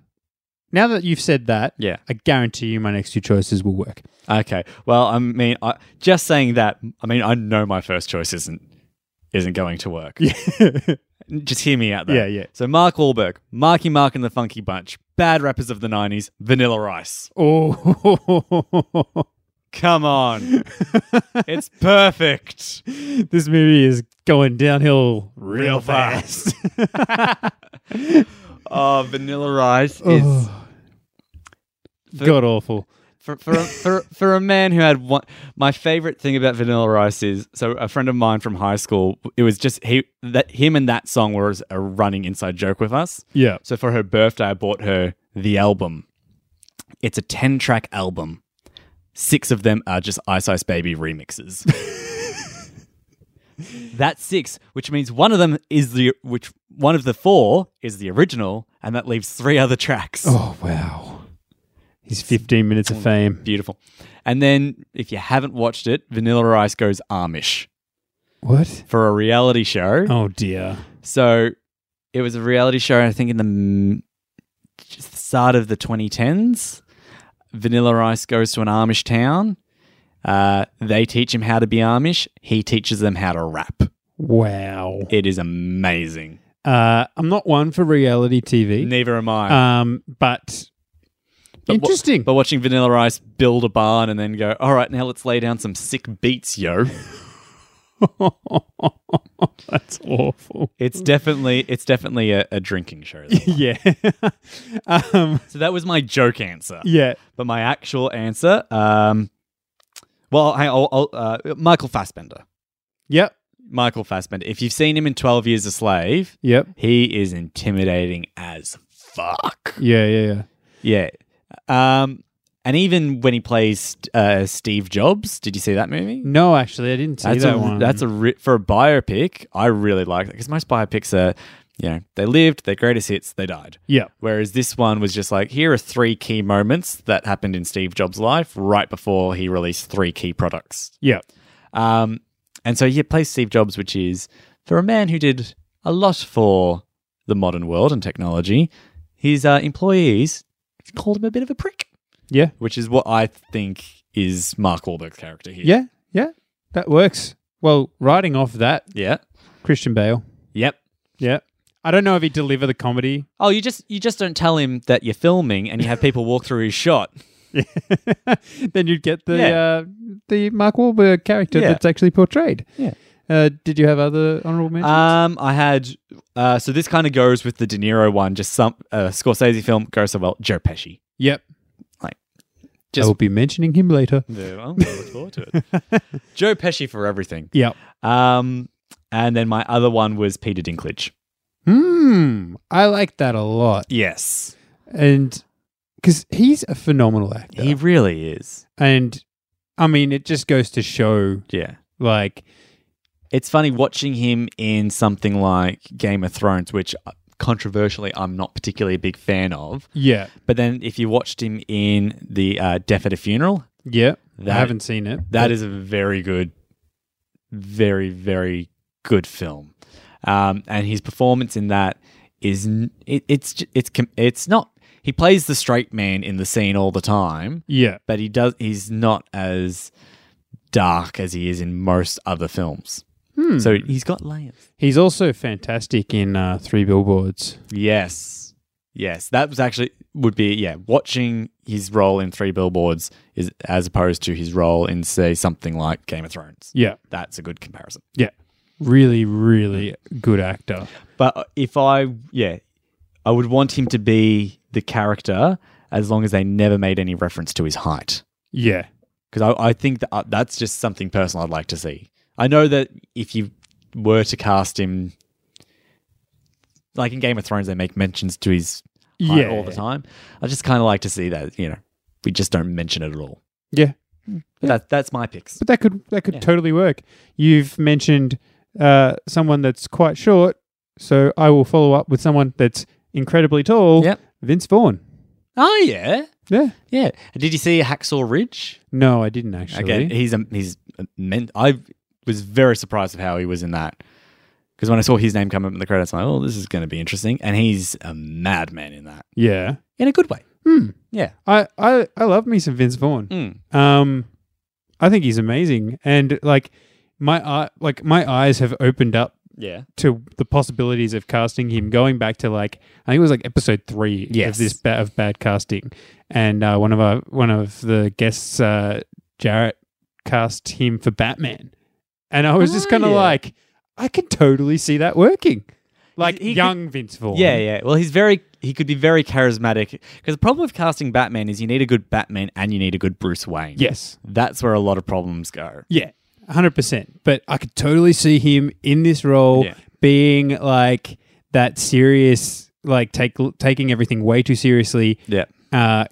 A: now that you've said that,
B: Yeah.
A: I guarantee you my next two choices will work.
B: Okay. Well, I mean, I, just saying that. I mean, I know my first choice isn't isn't going to work. Just hear me out there.
A: Yeah, yeah.
B: So Mark Wahlberg, Marky Mark and the Funky Bunch, bad rappers of the '90s, Vanilla Rice.
A: <laughs> oh, <laughs>
B: Come on, it's perfect.
A: this movie is going downhill real fast. <laughs>
B: Oh, Vanilla
A: <laughs>
B: Rice is
A: Oh. God awful.
B: for for a, for for a man who had one. My favorite thing about Vanilla Rice is so a friend of mine from high school. It was just he that him and that song was a running inside joke with us.
A: Yeah.
B: So for her birthday, I bought her the album. It's a ten track album. Six of them are just Ice Ice Baby remixes. That's six, which means one of them is the which one of the four is the original, and that leaves three other tracks.
A: Oh wow. He's 15 minutes of fame.
B: Beautiful. And then, if you haven't watched it, Vanilla Rice goes Amish
A: What?
B: for a reality show.
A: Oh dear.
B: So it was a reality show, I think, in the m- just the start of the 2010s. Vanilla Rice goes to an Amish town. Uh, they teach him how to be Amish. He teaches them how to rap.
A: Wow.
B: It is amazing.
A: Uh, I'm not one for reality TV.
B: Neither am I.
A: Um, but,
B: But wa-
A: interesting.
B: but watching Vanilla Rice build a barn and then go, all right, now let's lay down some sick
A: <laughs>
B: beats, yo.
A: That's awful. <laughs>
B: It's definitely it's definitely a, a drinking show.
A: Yeah. <laughs> um,
B: so that was my joke answer,
A: yeah.
B: but my actual answer, um, well, hang- I'll, I'll, uh, Michael Fassbender.
A: Yep.
B: Michael Fassbender. If you've seen him in Twelve Years a Slave,
A: Yep.
B: he is intimidating as fuck.
A: Yeah, yeah, yeah.
B: Yeah, um, and even when he plays uh, Steve Jobs, did you see that movie?
A: No, actually, I didn't Mm, see
B: That's
A: that
B: a,
A: one.
B: That's a ri- for a biopic. I really like that because most biopics are, you know, they lived, their greatest hits, they died.
A: yeah.
B: Whereas this one was just like, here are three key moments that happened in Steve Jobs' life right before he released three key products.
A: Yeah.
B: Um, and so he plays Steve Jobs, which is for a man who did a lot for the modern world and technology, his uh, employees called him a bit of a prick,
A: Yeah.
B: which is what I think is Mark Wahlberg's character here.
A: Yeah. Yeah. That works. Well, riding off that,
B: Yeah.
A: Christian Bale.
B: Yep.
A: Yeah. I don't know if he'd deliver the comedy. <laughs>
B: Oh, you just you just don't tell him that you're filming and you have people walk through his shot.
A: then you'd get the
B: Yeah.
A: uh, the Mark Wahlberg character
B: Yeah.
A: that's actually portrayed.
B: Yeah.
A: Uh, did you have other honorable mentions?
B: Um, I had uh, so this kind of goes with the De Niro one. Just some uh, Scorsese film goes so well. Joe Pesci.
A: yep.
B: like,
A: I
B: just-
A: will be mentioning him later.
B: <laughs> Joe Pesci for everything.
A: Yep.
B: Um, and then my other one was Peter Dinklage.
A: Hmm. I like that a lot.
B: Yes,
A: And because he's a phenomenal actor.
B: he really is.
A: and I mean, it just goes to show
B: Yeah.
A: like,
B: It's funny watching him in something like Game of Thrones, which uh, controversially I'm not particularly a big fan of.
A: yeah.
B: But then if you watched him in the uh, Death at a Funeral,
A: Yeah. I
B: That-
A: haven't seen it.
B: That is a very good, very very good film, um, and his performance in that is n- it, it's j- it's com- it's not he plays the straight man in the scene all the time,
A: Yeah.
B: but he does he's not as dark as he is in most other films. So he's got layers.
A: He's also fantastic in uh, Three Billboards.
B: Yes, yes, that was actually would be yeah. Watching his role in Three Billboards is as opposed to his role in say something like Game of Thrones.
A: Yeah.
B: That's a good comparison.
A: Yeah. Really, really good actor.
B: But if I, yeah, I would want him to be the character as long as they never made any reference to his height.
A: Yeah.
B: Because I, I think that uh, that's just something personal I'd like to see. I know that if you were to cast him, like in Game of Thrones, they make mentions to his height
A: Yeah.
B: all the time. I just kind of like to see that, you know, we just don't mention it at all.
A: Yeah.
B: But that, that's my picks.
A: But that could that could totally work. You've mentioned uh, someone that's quite short, so I will follow up with someone that's incredibly tall.
B: Yep.
A: Vince Vaughn.
B: Oh, yeah.
A: Yeah.
B: Yeah. Did you see Hacksaw Ridge?
A: No, I didn't actually.
B: Again, he's a, he's meant. I was very surprised of how he was in that because when I saw his name come up in the credits, I'm like, oh, this is going to be interesting, and he's a madman in that
A: Yeah.
B: in a good way.
A: Hmm.
B: Yeah,
A: I, I, I love me some Vince Vaughn.
B: Hmm.
A: Um, I think he's amazing, and like my eye, like my eyes have opened up
B: yeah,
A: to the possibilities of casting him. Going back to like I think it was like episode three
B: Yes.
A: of this ba- of bad casting, and uh, one of our one of the guests, uh, Jarrett, cast him for Batman, and I was just
B: Oh,
A: kind of
B: yeah.
A: like, I can totally see that working, like
B: He- he
A: young Vince Vaughn.
B: yeah, yeah. Well, he's very he could be very charismatic because the problem with casting Batman is you need a good Batman and you need a good Bruce Wayne.
A: Yes.
B: that's where a lot of problems go.
A: Yeah, hundred percent. But I could totally see him in this role
B: Yeah.
A: being like that serious, like take taking everything way too seriously,
B: Yeah,
A: uh,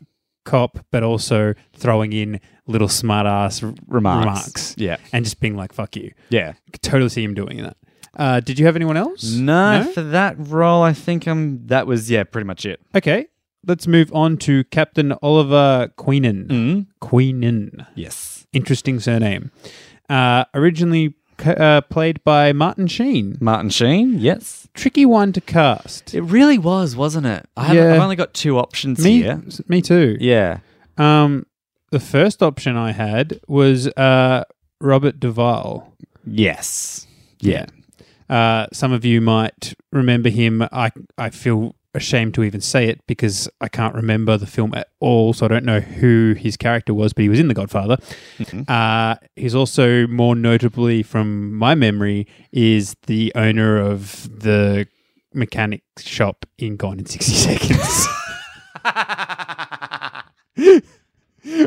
A: cop, but also throwing in little smart ass r-
B: remarks.
A: remarks,
B: Yeah,
A: and just being like "fuck you."
B: yeah.
A: Could totally see him doing that. Uh, did you have anyone else?
B: No, for that role, I think um that was yeah pretty much it.
A: Okay, let's move on to Captain Oliver Queenan.
B: Mm. Mm-hmm.
A: Queenan.
B: Yes,
A: Interesting surname. Uh, originally c- uh, played by Martin Sheen.
B: Martin Sheen. Yes.
A: tricky one to cast.
B: It really was, wasn't it? I have,
A: Yeah.
B: I've only got two options
A: me,
B: here.
A: me too.
B: Yeah.
A: Um, the first option I had was uh, Robert Duvall.
B: Yes. Yeah.
A: Uh, some of you might remember him. I I feel ashamed to even say it because I can't remember the film at all, so I don't know who his character was, but he was in The Godfather.
B: Mm-hmm.
A: Uh, he's also more notably, from my memory, is the owner of the mechanic shop in Gone in sixty <laughs> seconds.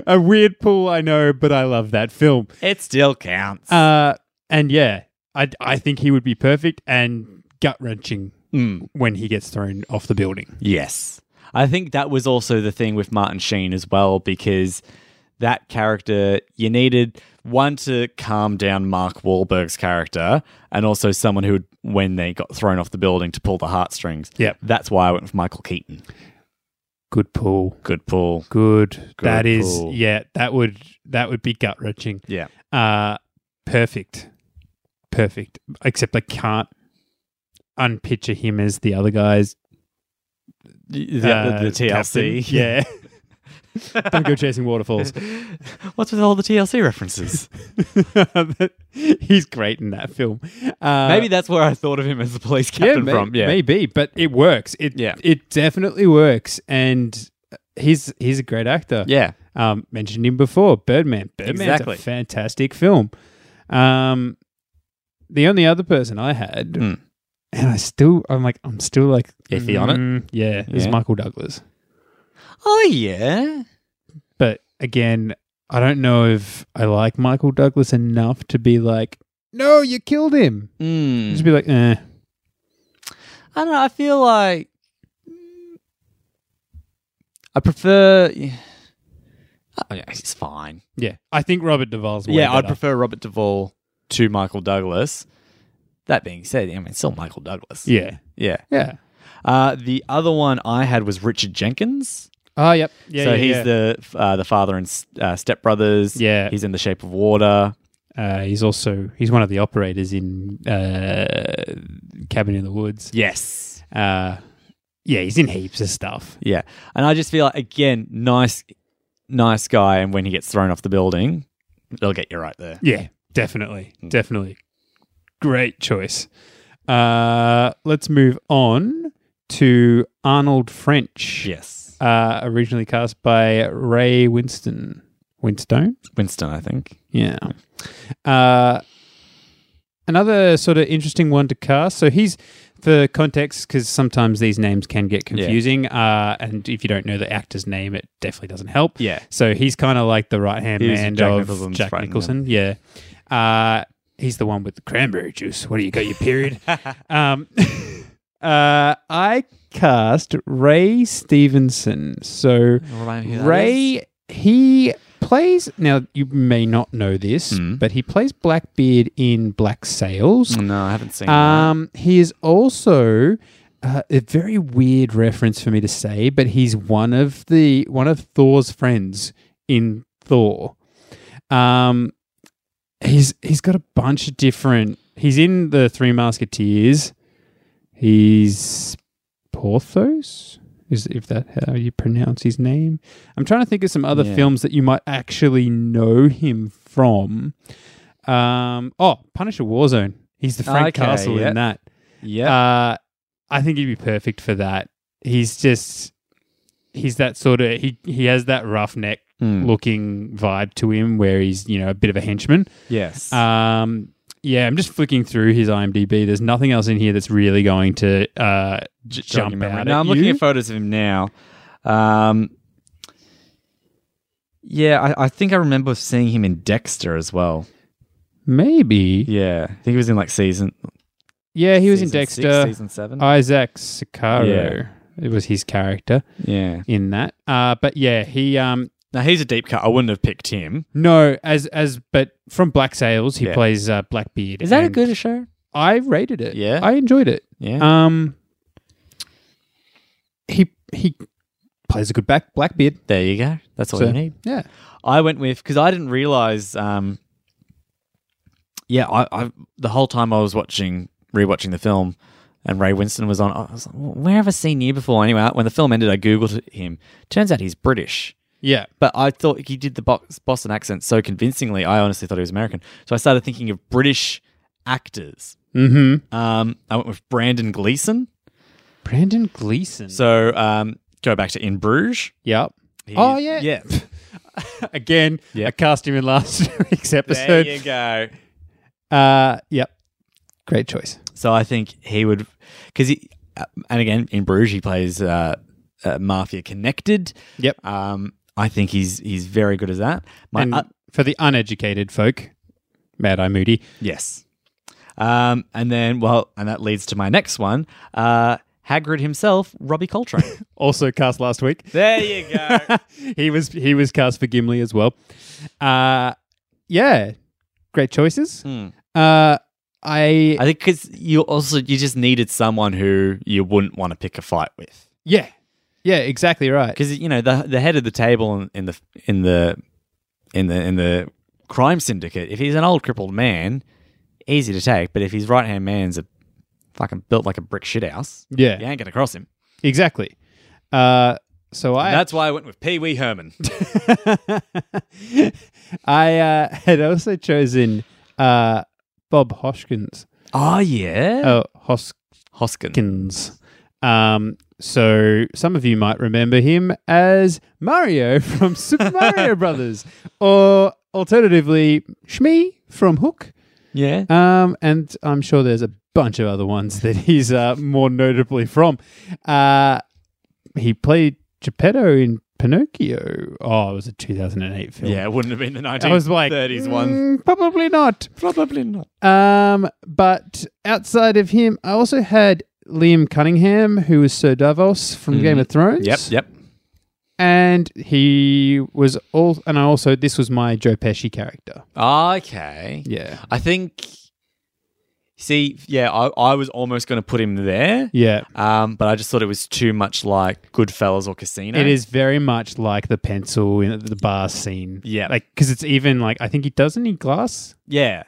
A: a weird pull, I know, but I love that film.
B: <laughs> it still counts.
A: Uh, and yeah, I, I think he would be perfect and gut wrenching
B: Mm.
A: when he gets thrown off the building.
B: yes. I think that was also the thing with Martin Sheen as well, because that character, you needed one to calm down Mark Wahlberg's character, and also someone who, would, when they got thrown off the building, to pull the heartstrings.
A: Yep.
B: That's why I went with Michael Keaton.
A: Good pull.
B: Good pull.
A: Good. That is
B: pull.
A: yeah. That would that would be gut wrenching.
B: Yeah.
A: Uh, perfect, perfect. Except I can't unpicture him as the other guys.
B: The, the-
A: uh,
B: the
A: <laughs>
B: TLC.
A: captain. Yeah. Don't go chasing <laughs> waterfalls.
B: <laughs> What's with all the TLC references?
A: He's great in that film. Uh,
B: Maybe that's where I thought of him as the police captain
A: may-
B: from. Yeah.
A: maybe, but it works. It
B: Yeah.
A: it definitely works, and he's he's a great actor.
B: Yeah.
A: um, mentioned him before. Birdman, Birdman's
B: Exactly.
A: a fantastic film. Um, the only other person I had,
B: Hmm.
A: and I still, I'm like, I'm still like
B: Iffy on it?
A: mm, Yeah, is
B: Yeah.
A: Michael Douglas.
B: Oh yeah.
A: But again, I don't know if I like Michael Douglas enough to be like, no, you killed him.
B: Mm.
A: Just be like, eh.
B: I don't know. I feel like mm, I prefer. Oh, yeah, it's fine.
A: Yeah, I think Robert Duvall's. Way
B: yeah, I'd
A: better.
B: prefer Robert Duvall to Michael Douglas. That being said, I mean, it's still Michael Douglas.
A: Yeah,
B: Yeah.
A: yeah.
B: Uh, the other one I had was Richard Jenkins.
A: Oh, yep. Yeah,
B: so
A: yeah,
B: he's
A: yeah.
B: the uh, the father and s- uh, stepbrothers.
A: Yeah.
B: He's in The Shape of Water.
A: Uh, he's also he's one of the operators in uh, Cabin in the Woods.
B: Yes.
A: Uh, yeah, he's in heaps of stuff.
B: Yeah. And I just feel like, again, nice, nice guy. And when he gets thrown off the building, they'll get you right there.
A: Yeah, definitely, definitely, great choice. Uh, let's move on to Arnold French.
B: Yes.
A: Uh, originally cast by Ray Winston. Winstone.
B: Winston, I think.
A: Yeah. Uh, another sort of interesting one to cast. So he's for context because sometimes these names can get confusing, uh, and if you don't know the actor's name, it definitely doesn't help. <laughs>
B: Yeah.
A: So he's kind of like the right hand
B: He's
A: man
B: Jack
A: of
B: Nicholson's
A: Jack
B: right hand
A: Nicholson. Yeah. Uh, he's the one with the cranberry juice. What do you got? Your
B: <laughs>
A: period. um, <laughs> uh, I cast Ray Stevenson. So. Ray, he plays. Now, you may not know this,
B: Mm.
A: but he plays Blackbeard in Black Sails.
B: No, I haven't seen
A: Um, he is also. Uh, a very weird reference for me to say, but he's one of the one of Thor's friends in Thor. Um, he's he's got a bunch of different. He's in the Three Musketeers. He's Porthos. Is if that how you pronounce his name? I'm trying to think of some other
B: Yeah.
A: films that you might actually know him from. Um, oh, Punisher Warzone. He's the Frank
B: Okay,
A: Castle
B: yeah.
A: in that.
B: Yeah.
A: Uh, I think he'd be perfect for that. He's just he's that sort of he he has that roughneck
B: Mm.
A: looking vibe to him where he's you know a bit of a henchman.
B: yes.
A: Um, yeah, I'm just flicking through his IMDb. There's nothing else in here that's really going to uh, j-
B: Jogging
A: jump
B: memory.
A: out.
B: No,
A: at
B: I'm looking
A: you.
B: at photos of him now. Um, yeah, I, I think I remember seeing him in Dexter as well.
A: maybe.
B: Yeah, I think he was in like season.
A: Yeah, he was in
B: season six,
A: Dexter. Uh,
B: season seven.
A: Isaac Sicaro. It was his character
B: yeah.
A: in that. Uh, but yeah, he um,
B: Now he's a deep cut. I wouldn't have picked him.
A: No, as as but from Black Sails, he
B: Yeah.
A: plays uh, Blackbeard. and
B: show?
A: I rated it.
B: Yeah?
A: I enjoyed it.
B: Yeah.
A: Um, he he plays a good back Blackbeard.
B: there you go. That's all
A: So-
B: you need.
A: Yeah,
B: I went with because I didn't realize. Um, yeah, I, I the whole time I was watching rewatching the film, and Ray Winston was on. I was like, where have I seen you before? Anyway, when the film ended, I googled him. Turns out he's British,
A: yeah,
B: but I thought he did the box, Boston accent so convincingly. I honestly thought he was American. So I started thinking of British actors.
A: mm-hmm.
B: Um, I went with Brandon Gleeson.
A: Brandon Gleeson.
B: So um, go back to In Bruges.
A: yep.
B: He-
A: Oh, yeah.
B: yeah.
A: <laughs> Again,
B: Yeah.
A: I cast him in last <laughs> week's
B: there
A: episode.
B: you go.
A: Uh, yep. Great choice.
B: So I think he would, because he, uh, and again in Bruges he plays uh, uh, mafia connected.
A: Yep.
B: Um, I think he's he's very good as that. My
A: and
B: oth-
A: for the uneducated folk, Mad Eye Moody.
B: yes. Um, and then well, and that leads to my next one. Uh, Hagrid himself, Robbie Coltrane.
A: Also cast last week.
B: <laughs> there you go.
A: <laughs> he was he was cast for Gimli as well. Uh yeah, great choices.
B: Hmm.
A: Uh, I
B: <laughs> I think because you also you just needed someone who you wouldn't want to pick a fight with.
A: yeah yeah exactly right.
B: because you know the the head of the table in, in the in the in the in the crime syndicate. If he's an old crippled man, easy to take. But if his right hand man's a fucking built like a brick shit house,
A: Yeah,
B: you ain't gonna cross him.
A: exactly. Uh, so I
B: And that's why I went with Pee Wee
A: <laughs>
B: Herman.
A: I uh, <laughs> had also chosen uh Bob Hoskins.
B: oh yeah,
A: Oh Hoskins.
B: Hoskin.
A: Um, so some of you might remember him as Mario <laughs> from Super Mario Brothers, or alternatively Shmi from Hook.
B: Yeah.
A: Um, and I'm sure there's a bunch of other ones that <laughs> he's uh, more notably from. Uh, he played Geppetto in Pinocchio. Oh, it was a 2008 film.
B: Yeah, it wouldn't have been the 1930s
A: I was like,
B: one.
A: "Mm, probably not.
B: Probably not.
A: Um, but outside of him, I also had Liam Cunningham, who was Sir Davos from Game of Thrones.
B: Mm-hmm. Yep, yep.
A: And he was all, and I also this was my Joe Pesci character.
B: Okay.
A: Yeah,
B: I think. See, yeah, I, I was almost going to put him there,
A: yeah.
B: um, but I just thought it was too much like Goodfellas or Casino.
A: It is very much like the pencil in the bar scene.
B: Yeah.
A: like because it's even like I think he doesn't need glass.
B: Yeah.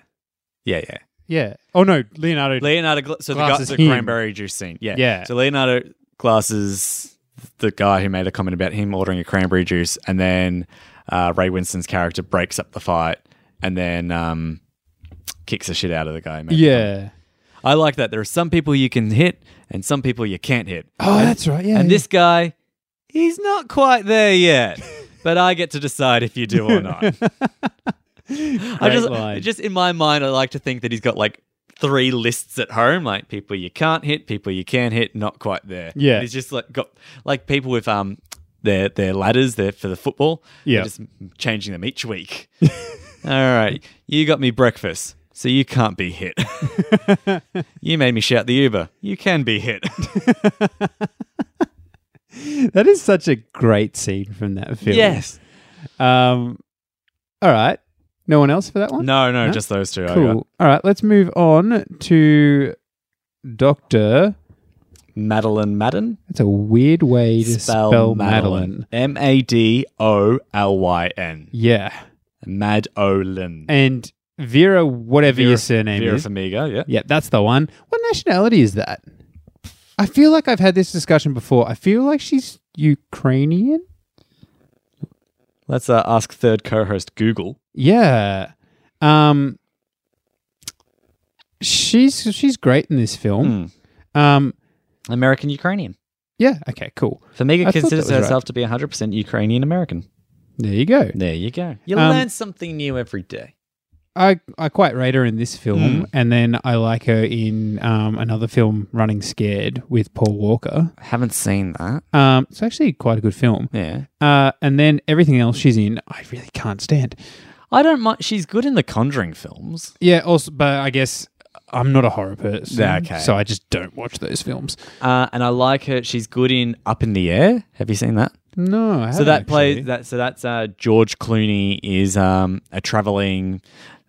B: Yeah, yeah.
A: Yeah. Oh no, Leonardo.
B: Leonardo, Gla- so
A: Glass
B: the,
A: is
B: guy, the
A: him.
B: cranberry juice scene. Yeah.
A: Yeah.
B: So Leonardo glasses the guy who made a comment about him ordering a cranberry juice, and then uh, Ray Winston's character breaks up the fight and then um, kicks the shit out of the guy. who made the
A: yeah.
B: comment. I like that. There are some people you can hit and some people you can't hit.
A: Oh, that's right. Yeah.
B: And this guy, he's not quite
A: <laughs>
B: there yet. But I get to decide if you do or not. I just,
A: line.
B: just in my mind, I like to think that he's got like three lists at home, like people you can't hit, people you can hit, not quite there.
A: Yeah.
B: and he's just like got like people with um their their ladders there for the football. They're
A: Yeah.
B: just changing them each week. <laughs> All right, you got me breakfast, so you can't
A: <laughs>
B: be hit. you made me shout the Uber. You can be hit.
A: that is such a great scene from that film.
B: yes.
A: Um. All right. No one else for that one.
B: No, no,
A: No?
B: just those two. I got.
A: Cool. All right, let's move on to Doctor.
B: Madeline Madden.
A: That's a weird way to spell, Madeline.
B: M A D O L Y N.
A: Yeah,
B: Mad Olin.
A: and Vera, whatever
B: Vera-
A: your surname eh?
B: Vera
A: is.
B: Farmiga, yeah.
A: yeah, that's the one. What nationality is that? I feel like I've had this discussion before. I feel like she's Ukrainian.
B: Let's uh, ask third co host Google.
A: Yeah. Um. She's she's great in this film. Um.
B: American Ukrainian.
A: Yeah. Okay. Cool. I
B: Farmiga
A: thought that
B: considers
A: was right.
B: herself to be 100% Ukrainian American.
A: There you go.
B: There you go. You
A: Um,
B: learn something new every day.
A: I, I quite rate her in this film, and then I like her in um, another film, Running Scared, with Paul Walker.
B: I haven't seen that.
A: Um, it's actually quite a good film.
B: Yeah.
A: Uh, and then everything else she's in, I really can't stand.
B: I don't mind. She's good in the Conjuring films.
A: Yeah, also, but I guess I'm not a horror person,
B: Yeah, okay.
A: so I just don't watch those films.
B: Uh, and I like her. She's good in Up in the Air. Have you seen that?
A: No, I
B: So that
A: plays
B: plays that. So that's uh, George Clooney is um, a traveling.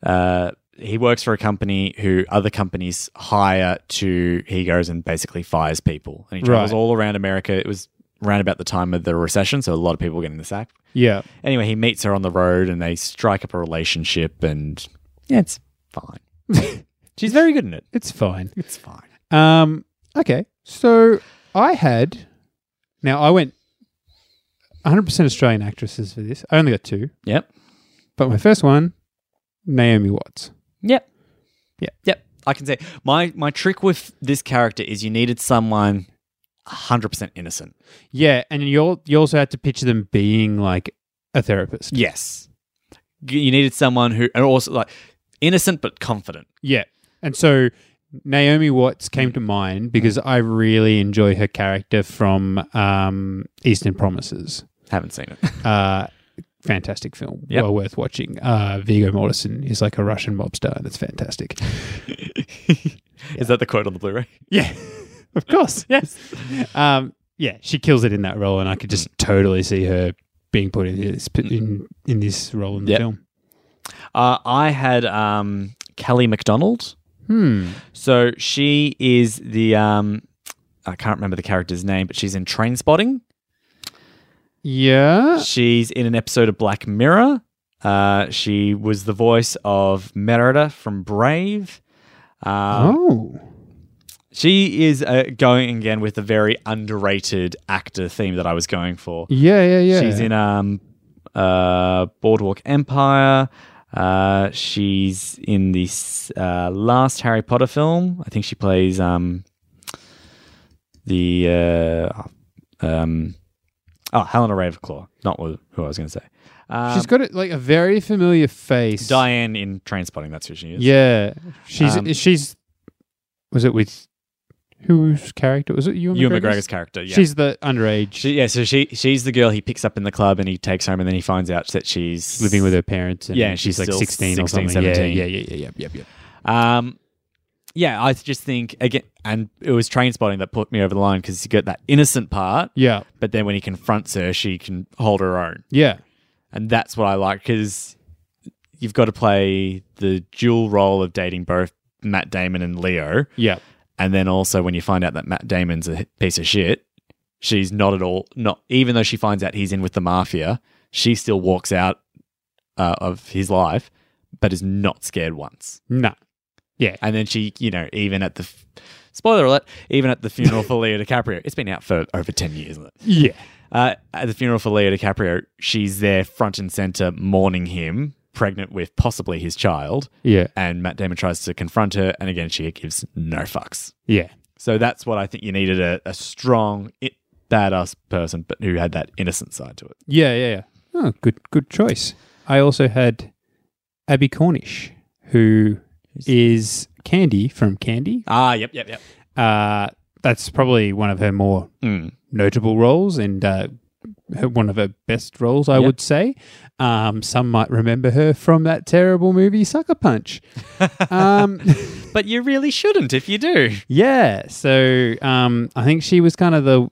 B: Uh, he works for a company who other companies hire to. He goes and basically fires people, and he travels
A: Right.
B: all around America. It was around about the time of the recession, so a lot of people were getting the sack.
A: yeah,
B: Anyway, he meets her on the road, and they strike up a relationship, and yeah, it's fine. <laughs> She's very good in it.
A: it's fine.
B: It's fine.
A: Um, okay, so I had now I went 100% Australian actresses for this. I only got two.
B: Yep.
A: But my first one, Naomi Watts.
B: Yep.
A: Yeah.
B: Yep. I can say my my trick with this character is you needed someone 100% innocent.
A: Yeah, and you al- you also had to picture them being like a therapist.
B: Yes. You needed someone who and also like innocent but confident.
A: Yeah. And so Naomi Watts came
B: Mm.
A: to mind because I really enjoy her character from um, Eastern Promises.
B: Haven't seen it.
A: Uh, fantastic film.
B: Yep.
A: Well worth watching. Uh, Vigo Mortensen is like a Russian mobster. That's fantastic. <laughs>
B: <laughs> Is that the quote on the Blu-ray?
A: Yeah. <laughs> of
B: <laughs>
A: course. Yes. Um, yeah, she kills it in that role, and I could
B: Mm.
A: just totally see her being put in this in, in this role in the
B: Yep.
A: film.
B: Uh, I had um, Kelly McDonald.
A: Hmm.
B: So she is the um, I can't remember the character's name, but she's in Train Spotting.
A: Yeah.
B: She's in an episode of Black Mirror. Uh, she was the voice of Merida from Brave. Um,
A: oh.
B: She is uh, going again with the very underrated actor theme that I was going for.
A: Yeah, yeah, yeah.
B: She's in um, uh, Boardwalk Empire. Uh, she's in this uh, last Harry Potter film. I think she plays um, the uh, um, Oh, Helena Ravenclaw, not wh- who I was going to say. Um,
A: She's got a, like a very familiar face.
B: Diane in Transpotting. That's who she is.
A: Yeah, she's
B: Um,
A: she's. Was it with whose character was it? You
B: Ewan
A: McGregor's?
B: McGregor's character. Yeah.
A: She's the underage.
B: she, yeah. So she she's the girl he picks up in the club and he takes home and then he finds out that she's
A: living with her parents. And
B: Yeah, and
A: she's
B: she's
A: like
B: still
A: 16, or
B: 16,
A: something. Yeah,
B: 17.
A: Yeah, yeah, yeah, yeah, yeah, yeah.
B: Um, yeah, I just think again, and it was train spotting that put me over the line because you get that innocent part,
A: Yeah,
B: but then when he confronts her, she can hold her own,
A: yeah,
B: and that's what I like because you've got to play the dual role of dating both Matt Damon and Leo,
A: yeah.
B: and then also when you find out that Matt Damon's a piece of shit, she's not at all not even though she finds out he's in with the mafia, she still walks out uh, of his life, but is not scared once.
A: No. Yeah.
B: And then she, you know, even at the f- spoiler alert, even at the funeral <laughs> for Leo DiCaprio, it's been out for over ten years. Isn't it?
A: Yeah.
B: Uh, at the funeral for Leo DiCaprio, she's there front and center, mourning him, pregnant with possibly his child.
A: Yeah.
B: And Matt Damon tries to confront her, and again, she gives no fucks.
A: Yeah.
B: So that's what I think you needed a, a strong, it, badass person, but who had that innocent side to it.
A: Yeah. Yeah. yeah. Oh, good, good choice. I also had Abby Cornish, who is Candy from Candy.
B: Ah, yep, yep, yep.
A: Uh, that's probably one of her more
B: Mm.
A: notable roles and uh, her, one of her best roles, I
B: Yep.
A: would say. Um, some might remember her from that terrible movie, Sucker Punch. um, <laughs>
B: But you really shouldn't if you do.
A: yeah, so um, I think she was kind of the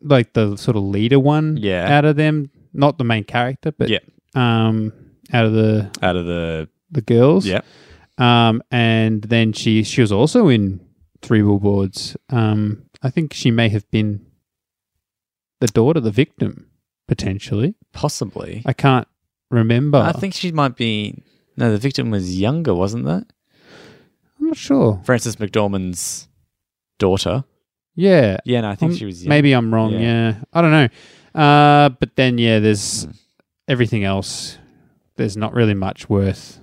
A: like the sort of leader one
B: Yeah.
A: out of them, not the main character, but
B: Yep.
A: um, out of the
B: Out of the
A: the girls.
B: Yep.
A: Um, and then she she was also in Three Billboards. Um, I think she may have been the daughter, the victim, potentially.
B: possibly.
A: I can't remember.
B: I think she might be. No, the victim was younger, wasn't that?
A: I'm not sure.
B: Frances McDormand's daughter.
A: Yeah,
B: Yeah, no, I think
A: Um,
B: she was. Younger.
A: maybe I'm wrong.
B: Yeah.
A: Yeah. I don't know. Uh, but then yeah, there's
B: Hmm.
A: everything else. There's not really much worth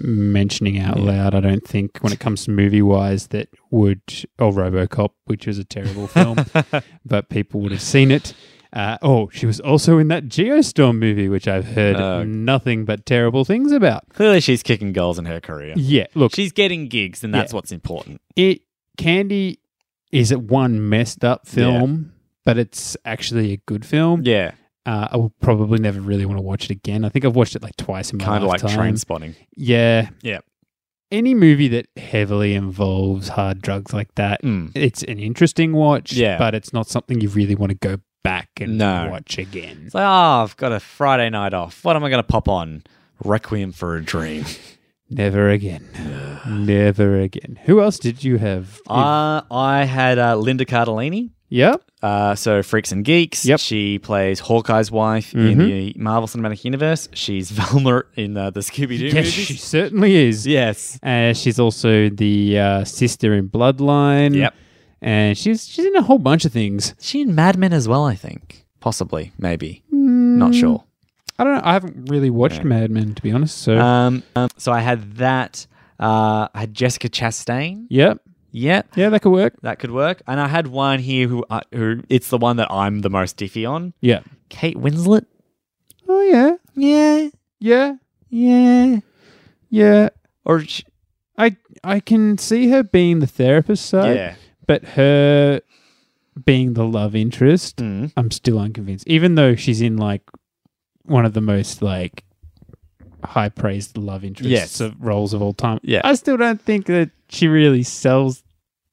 A: mentioning out
B: Yeah.
A: loud. I don't think when it comes to movie wise that would or RoboCop, which was a terrible
B: <laughs>
A: film, but people would have seen it. Uh, oh, she was also in that Geostorm movie, which I've heard
B: Oh.
A: nothing but terrible things about.
B: Clearly, she's kicking goals in her career.
A: Yeah, look,
B: She's getting gigs, and that's
A: Yeah.
B: what's important.
A: it Candy is it one messed up film, but it's actually a good film.
B: Yeah,
A: Uh, I will probably never really want to watch it again. I think I've watched it like twice in my
B: kind of like
A: lifetime.
B: train spotting.
A: Yeah.
B: Yeah.
A: Any movie that heavily involves hard drugs like that,
B: Mm.
A: it's an interesting watch,
B: Yeah.
A: but it's not something you really want to go back and
B: No.
A: watch again.
B: It's like, oh, I've got a Friday night off. What am I going to pop on? Requiem for
A: <laughs>
B: a Dream.
A: Never
B: <sighs>
A: again. Never again. Who else did you have?
B: uh, I had uh, Linda Cardellini.
A: yep.
B: Uh, so Freaks and Geeks.
A: Yep. Mm-hmm.
B: She plays Hawkeye's wife in the Marvel Cinematic Universe. She's <laughs> Velma in uh, the Scooby Doo
A: Yes,
B: movies.
A: she certainly is.
B: yes.
A: Uh, she's also the uh, sister in Bloodline.
B: Yep.
A: And she's she's in a whole bunch of things.
B: She in Mad Men as well, I think. Possibly, maybe. Not sure.
A: I don't know. I haven't really watched Mad Men to be honest. So
B: Um, um, so I had that. Uh, I had Jessica Chastain.
A: yep,
B: Yep.
A: yeah, that could work.
B: That could work. And I had one here who, I who it's the one that I'm the most iffy on.
A: Yeah.
B: Kate Winslet.
A: Oh yeah,
B: Yeah.
A: yeah,
B: Yeah.
A: yeah.
B: Or sh-
A: I I can see her being the therapist side,
B: yeah.
A: but her being the love interest,
B: Mm.
A: I'm still unconvinced. Even though she's in like one of the most like high praised love interests
B: Yes.
A: of roles of all time.
B: Yeah.
A: I still don't think that she really sells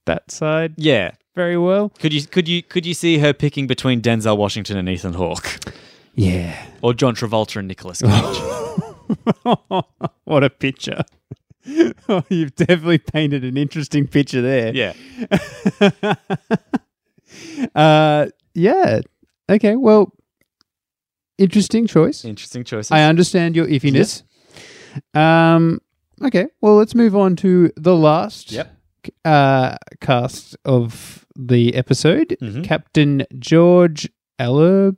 A: that side
B: Yeah.
A: very well.
B: Could you could you could you see her picking between Denzel Washington and Ethan Hawke,
A: Yeah.
B: or John Travolta and Nicolas <laughs> Cage?
A: <laughs> what a picture. Oh, you've definitely painted an interesting picture there.
B: yeah.
A: <laughs> Uh, yeah. Okay. Well, interesting choice.
B: Interesting choices.
A: I understand your iffiness. Um, okay. Well, let's move on to the last
B: Yep.
A: uh, cast of the episode
B: Mhm.
A: Captain George Eller-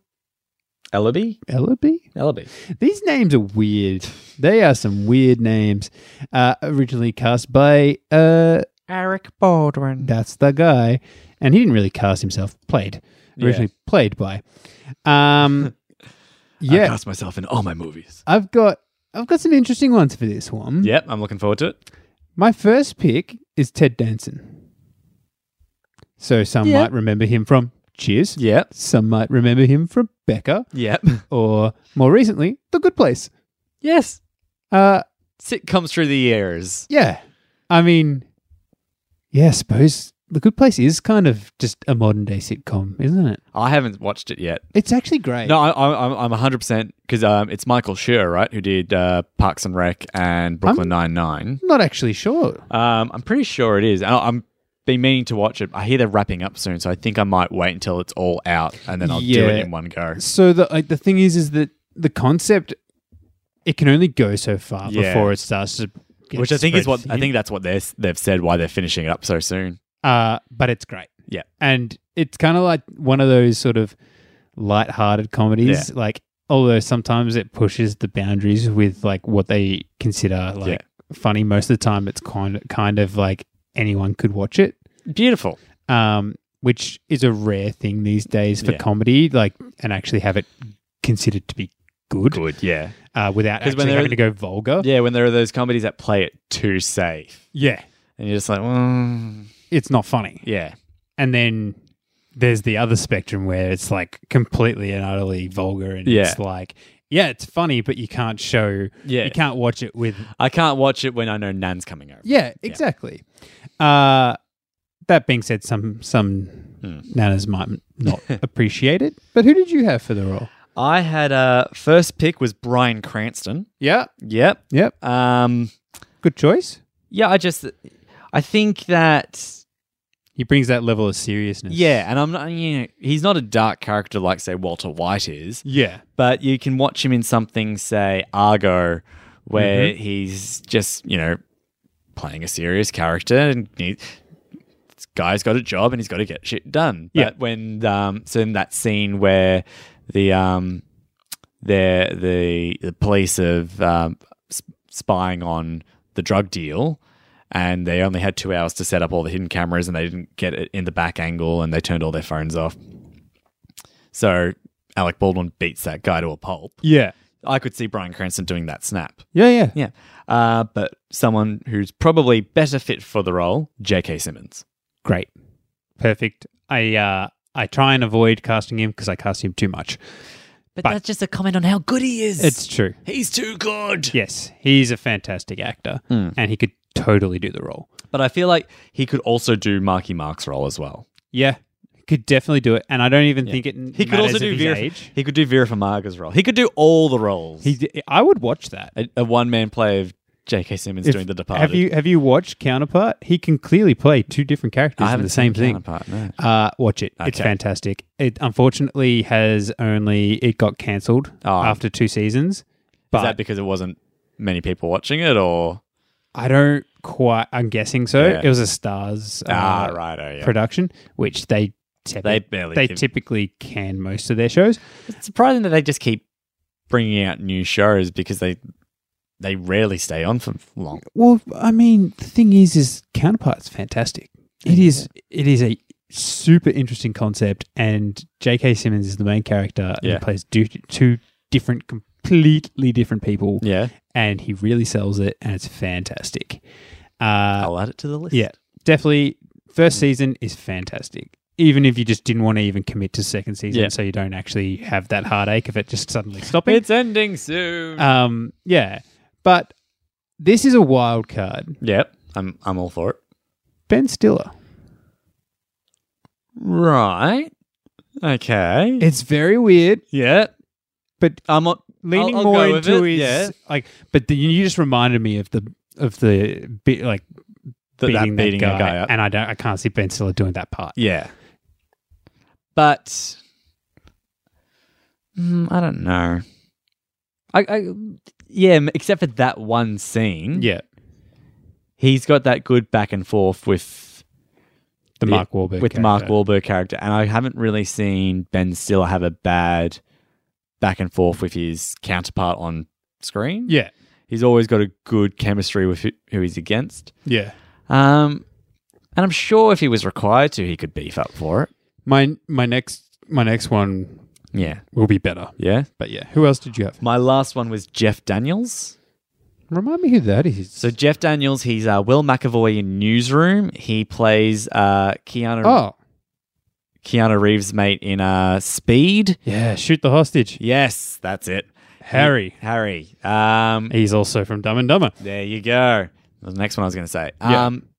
B: Ellaby.
A: Ellerby.
B: Ellaby.
A: These names are weird. They are some weird names. Uh, originally cast by uh,
B: Eric Baldwin.
A: that's the guy, and he didn't really cast himself. Played
B: Yeah.
A: originally played by. Um,
B: I
A: yeah,
B: cast myself in all my movies.
A: I've got I've got some interesting ones for this one.
B: Yep, I'm looking forward to it.
A: My first pick is Ted Danson. So some
B: Yeah.
A: might remember him from Cheers.
B: Yep.
A: Some might remember him from Becca,
B: Yep.
A: or more recently, The Good Place.
B: <laughs> yes.
A: Uh,
B: Sitcoms through the years.
A: yeah, I mean, yeah, I suppose The Good Place is kind of just a modern day sitcom, isn't it?
B: I haven't watched it yet.
A: It's actually great.
B: No, I, I, I'm- I'm 100 percent because um, it's Michael Schur, right, who did uh, Parks and Rec and Brooklyn Nine Nine.
A: I'm not actually sure.
B: Um, I'm pretty sure it is. And I, I'm been meaning to watch it. I hear they're wrapping up soon, so I think I might wait until it's all out and then I'll do it
A: Yeah.
B: in one go.
A: So the like, the thing is, is that the concept it can only go so far
B: Yeah.
A: before it starts to. Get
B: Which I think is
A: spread
B: what I
A: thin.
B: think that's what they're, they've said why they're finishing it up so soon.
A: uh, but it's great.
B: Yeah.
A: and it's kind of like one of those sort of light-hearted comedies. Like, although sometimes it pushes the boundaries with like what they consider like funny. Most of the time, it's kind kind of like anyone could watch it.
B: Beautiful.
A: um, which is a rare thing these days for
B: Yeah.
A: comedy, like, and actually have it considered to be good,
B: Good. Yeah.
A: Uh, without
B: 'Cause
A: actually
B: when they're-
A: having to go vulgar.
B: Yeah. When there are those comedies that play it too safe,
A: Yeah.
B: and you're just like, well,
A: It's not funny.
B: yeah,
A: And then there's the other spectrum where it's like completely and utterly vulgar and
B: Yeah. Eh.
A: it's like, yeah, it's funny, but you can't show,
B: yeah.
A: you can't watch it with.
B: I can't watch it when I know Nan's coming over.
A: Yeah, exactly. Uh, that being said, some some nanas might not appreciate it. But who did you have for the role?
B: I had a uh, first pick was Brian Cranston.
A: Yeah.
B: Yep.
A: Yep.
B: Um.
A: Good choice.
B: Yeah. I just, I think that
A: He brings that level of seriousness.
B: yeah, and I'm not. You know, he's not a dark character like say Walter White is,
A: Yeah.
B: but you can watch him in something say Argo, where he's just you know playing a serious character and he. This guy's got a job and he's got to get shit done.
A: Yeah.
B: But when um, so in that scene where the um, they're the the police of um, sp- spying on the drug deal, and they only had two hours to set up all the hidden cameras, and they didn't get it in the back angle, and they turned all their phones off. So Alec Baldwin beats that guy to a pulp.
A: Yeah.
B: I could see Brian Cranston doing that snap.
A: Yeah, yeah.
B: Yeah, uh, but someone who's probably better fit for the role, J.K. Simmons.
A: Great. Perfect. I uh I try and avoid casting him because I cast him too much.
B: But,
A: But-
B: that's just a comment on how good he is.
A: It's true.
B: he's too good.
A: Yes, he's a fantastic actor
B: Hmm.
A: and he could totally do the role.
B: But I feel like he could also do Marky Mark's role as well.
A: Yeah. He could definitely do it and I don't even think it
B: He could also do
A: his
B: Vera.
A: age.
B: He could do Vera Farmiga's role. He could do all the roles.
A: He d- I would watch that.
B: a, a one man play of J.K. Simmons
A: If-
B: doing The Departed.
A: Have you have you watched Counterpart? He can clearly play two different characters
B: I
A: in
B: haven't
A: the same
B: seen
A: thing.
B: Counterpart, no.
A: Uh, watch it. It's
B: Okay.
A: fantastic. It unfortunately has only it got cancelled
B: Oh.
A: after two seasons. But
B: Is that because it wasn't many people watching it, or
A: I don't quite. I'm guessing so.
B: Yeah.
A: It was a Stars uh,
B: ah, right, oh, yeah.
A: production, which they typi-
B: They barely
A: they
B: give-
A: typically can most of their shows.
B: It's surprising that they just keep bringing out new shows because they they rarely stay on for long.
A: Well, I mean, the thing is, is Counterpart's fantastic. It is. It is a super interesting concept, and J.K. Simmons is the main character.
B: Yeah.
A: and plays two, two different, completely different people.
B: Yeah,
A: and he really sells it, and it's fantastic. Uh,
B: I'll add it to the list.
A: yeah, definitely. First season is fantastic. Even if you just didn't want to even commit to second season,
B: Yeah.
A: so you don't actually have that heartache of it just suddenly stopping.
B: it's ending soon.
A: um, yeah, but this is a wild card.
B: yep, I'm I'm all for it.
A: Ben Stiller.
B: Right. Okay.
A: It's very weird,
B: yeah,
A: but
B: I'm on,
A: leaning
B: I'll
A: more
B: go with
A: into
B: it,
A: his
B: yeah.
A: like. But the, you just reminded me of the of the bit like
B: th- that
A: beating, that
B: beating
A: guy,
B: a guy up.
A: and I don't, I can't see Ben Stiller doing that part.
B: yeah, but Mm, I don't know. I, I yeah, m- except for that one scene.
A: Yeah,
B: he's got that good back and forth with
A: the
B: Yeah,
A: Mark Wahlberg
B: with the Mark
A: character.
B: Wahlberg character, and I haven't really seen Ben Stiller have a bad back and forth with his counterpart on screen.
A: Yeah,
B: He's always got a good chemistry with who, who he's against.
A: yeah.
B: Um, and I'm sure if he was required to, he could beef up for it.
A: My my next my next one
B: Yeah.
A: will be better.
B: Yeah.
A: But yeah, who else did you have?
B: My last one was Jeff Daniels.
A: Remind me who that is.
B: So Jeff Daniels, he's uh, Will McAvoy in Newsroom. He plays uh, Keanu
A: oh
B: Keanu Reeves' mate in uh, Speed.
A: yeah, shoot the hostage,
B: Yes, that's it.
A: Harry.
B: Harry. Um,
A: He's also from Dumb and Dumber.
B: There you go. The next one I was going to say.
A: Yeah.
B: Um,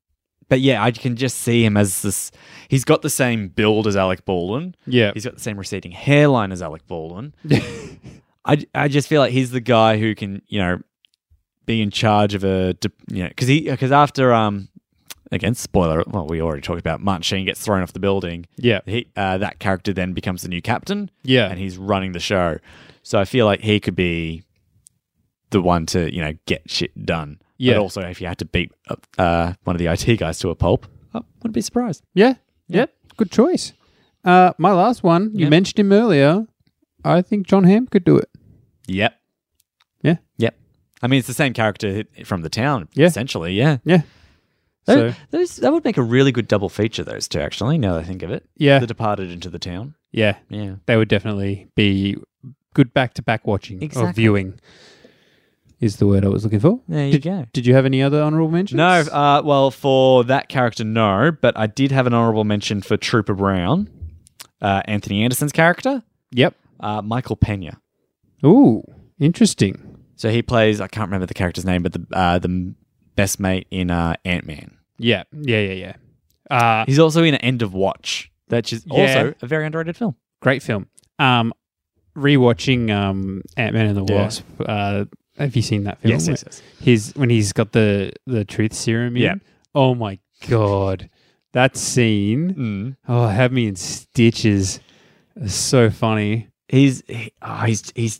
B: but yeah, I can just see him as this. He's got the same build as Alec Baldwin.
A: Yeah,
B: He's got the same receding hairline as Alec Baldwin. I, I just feel like he's the guy who can you know be in charge of a de- you know because he because after um again spoiler well we already talked about Martin Sheen gets thrown off the building
A: yeah,
B: he uh, that character then becomes the new captain
A: yeah.
B: and he's running the show so I feel like he could be the one to you know get shit done
A: Yeah.
B: but also if you had to beat up, uh, one of the IT guys to a pulp I wouldn't be surprised
A: Yeah. Yep. Good choice. Uh, my last one, you
B: Yep.
A: mentioned him earlier. I think John Hamm could do it.
B: yep
A: Yeah.
B: yep I mean it's the same character from the town
A: Yeah.
B: essentially yeah
A: Yeah. So,
B: Those, those, that would make a really good double feature, those two, actually, now that I think of it.
A: yeah.
B: The Departed into the town.
A: Yeah.
B: Yeah.
A: They would definitely be good back to back watching or
B: Exactly.
A: viewing, is the word I was looking for.
B: There you
A: Did-
B: go.
A: Did you have any other honorable mentions?
B: No, uh, well, for that character, no, but I did have an honorable mention for Trooper Brown, uh, Anthony Anderson's character,
A: yep.
B: uh, Michael Pena.
A: Ooh, interesting.
B: So he plays, I can't remember the character's name, but the, uh, the best mate in uh, Ant Man.
A: Yeah. Yeah. Yeah. Yeah. Uh,
B: He's also in End of Watch, which is
A: Yeah.
B: also a very underrated film.
A: great film. Um, rewatching um, Ant Man and the
B: Yeah.
A: Wasp. Uh, have you seen that film? his when he's got the the truth serum in.
B: Yeah.
A: Oh my god. That scene.
B: Mm.
A: Oh, have me in stitches. It's so funny.
B: he's he, oh, he's he's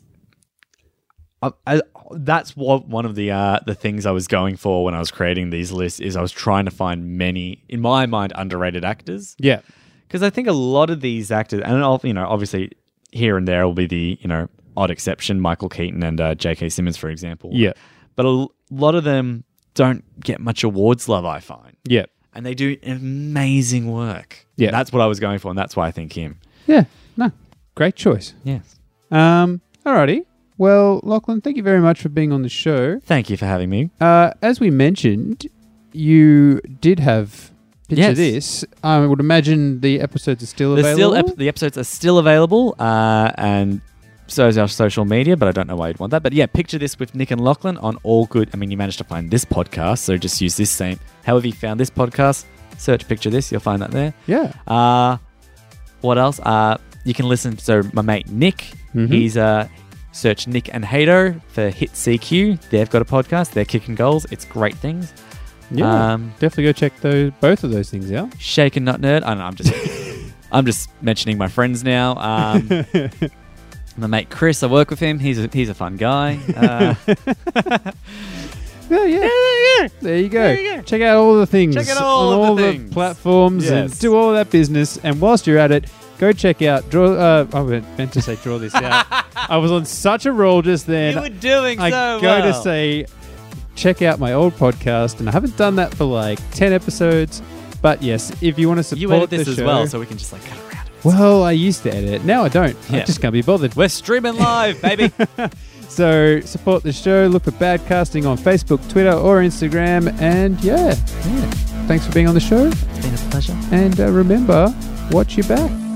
B: I, I, that's what one of the uh, the things I was going for when I was creating these lists is I was trying to find many in my mind underrated actors
A: Yeah.
B: because I think a lot of these actors and I'll, you know obviously here and there will be the you know odd exception Michael Keaton and uh, J.K. Simmons for example
A: Yeah.
B: but a l- lot of them don't get much awards love I find
A: Yeah.
B: and they do amazing work
A: Yeah.
B: that's what I was going for and that's why I think him
A: Yeah. No. Great choice.
B: yes
A: Um alrighty. Well, Lachlan, thank you very much for being on the show.
B: thank you for having me
A: Uh, as we mentioned, you did have picture
B: Yes.
A: this. I would imagine the episodes are still
B: They're
A: available.
B: still ep- the episodes are still available, uh, and so is our social media. But I don't know why you'd want that. But yeah, picture this with Nick and Lachlan on all good. I mean, you managed to find this podcast, so just use this same. However, you found this podcast, search picture this, you'll find that there.
A: yeah.
B: Uh, what else? Uh, you can listen. So my mate Nick,
A: Mhm.
B: he's uh, search Nick and Hato for Hit CQ. They've got a podcast. They're kicking goals. It's great things.
A: Yeah.
B: Um,
A: Definitely go check those both of those things
B: <laughs>
A: out.
B: Shake and Not Nerd. I don't know. I'm
A: <laughs>
B: just, I'm just mentioning my friends now. Um, my mate Chris, I work with him. He's a, he's a fun <laughs> guy. Uh,
A: <laughs> Yeah, yeah. There you go. Check out all the things.
B: Check out all
A: on
B: of the
A: all the
B: things.
A: platforms and
B: Yes.
A: do all that business. And whilst you're at it, go check out draw. Uh, I meant meant to say draw this
B: <laughs>
A: out. I was on such a roll just then.
B: you were doing
A: I
B: so
A: go to
B: well.
A: say, check out my old podcast, and I haven't done that for like ten episodes. But yes, if you want to support
B: you edit this
A: the
B: as
A: show,
B: well, so we can just like cut around. it.
A: well, I used to edit. Now I don't. I
B: Yeah.
A: just can't be bothered.
B: We're streaming
A: <laughs>
B: live, baby.
A: So support the show. Look for Bad Casting on Facebook, Twitter, or Instagram. And yeah,
B: Yeah,
A: thanks for being on the show.
B: it's been a pleasure.
A: And uh, remember, watch your back.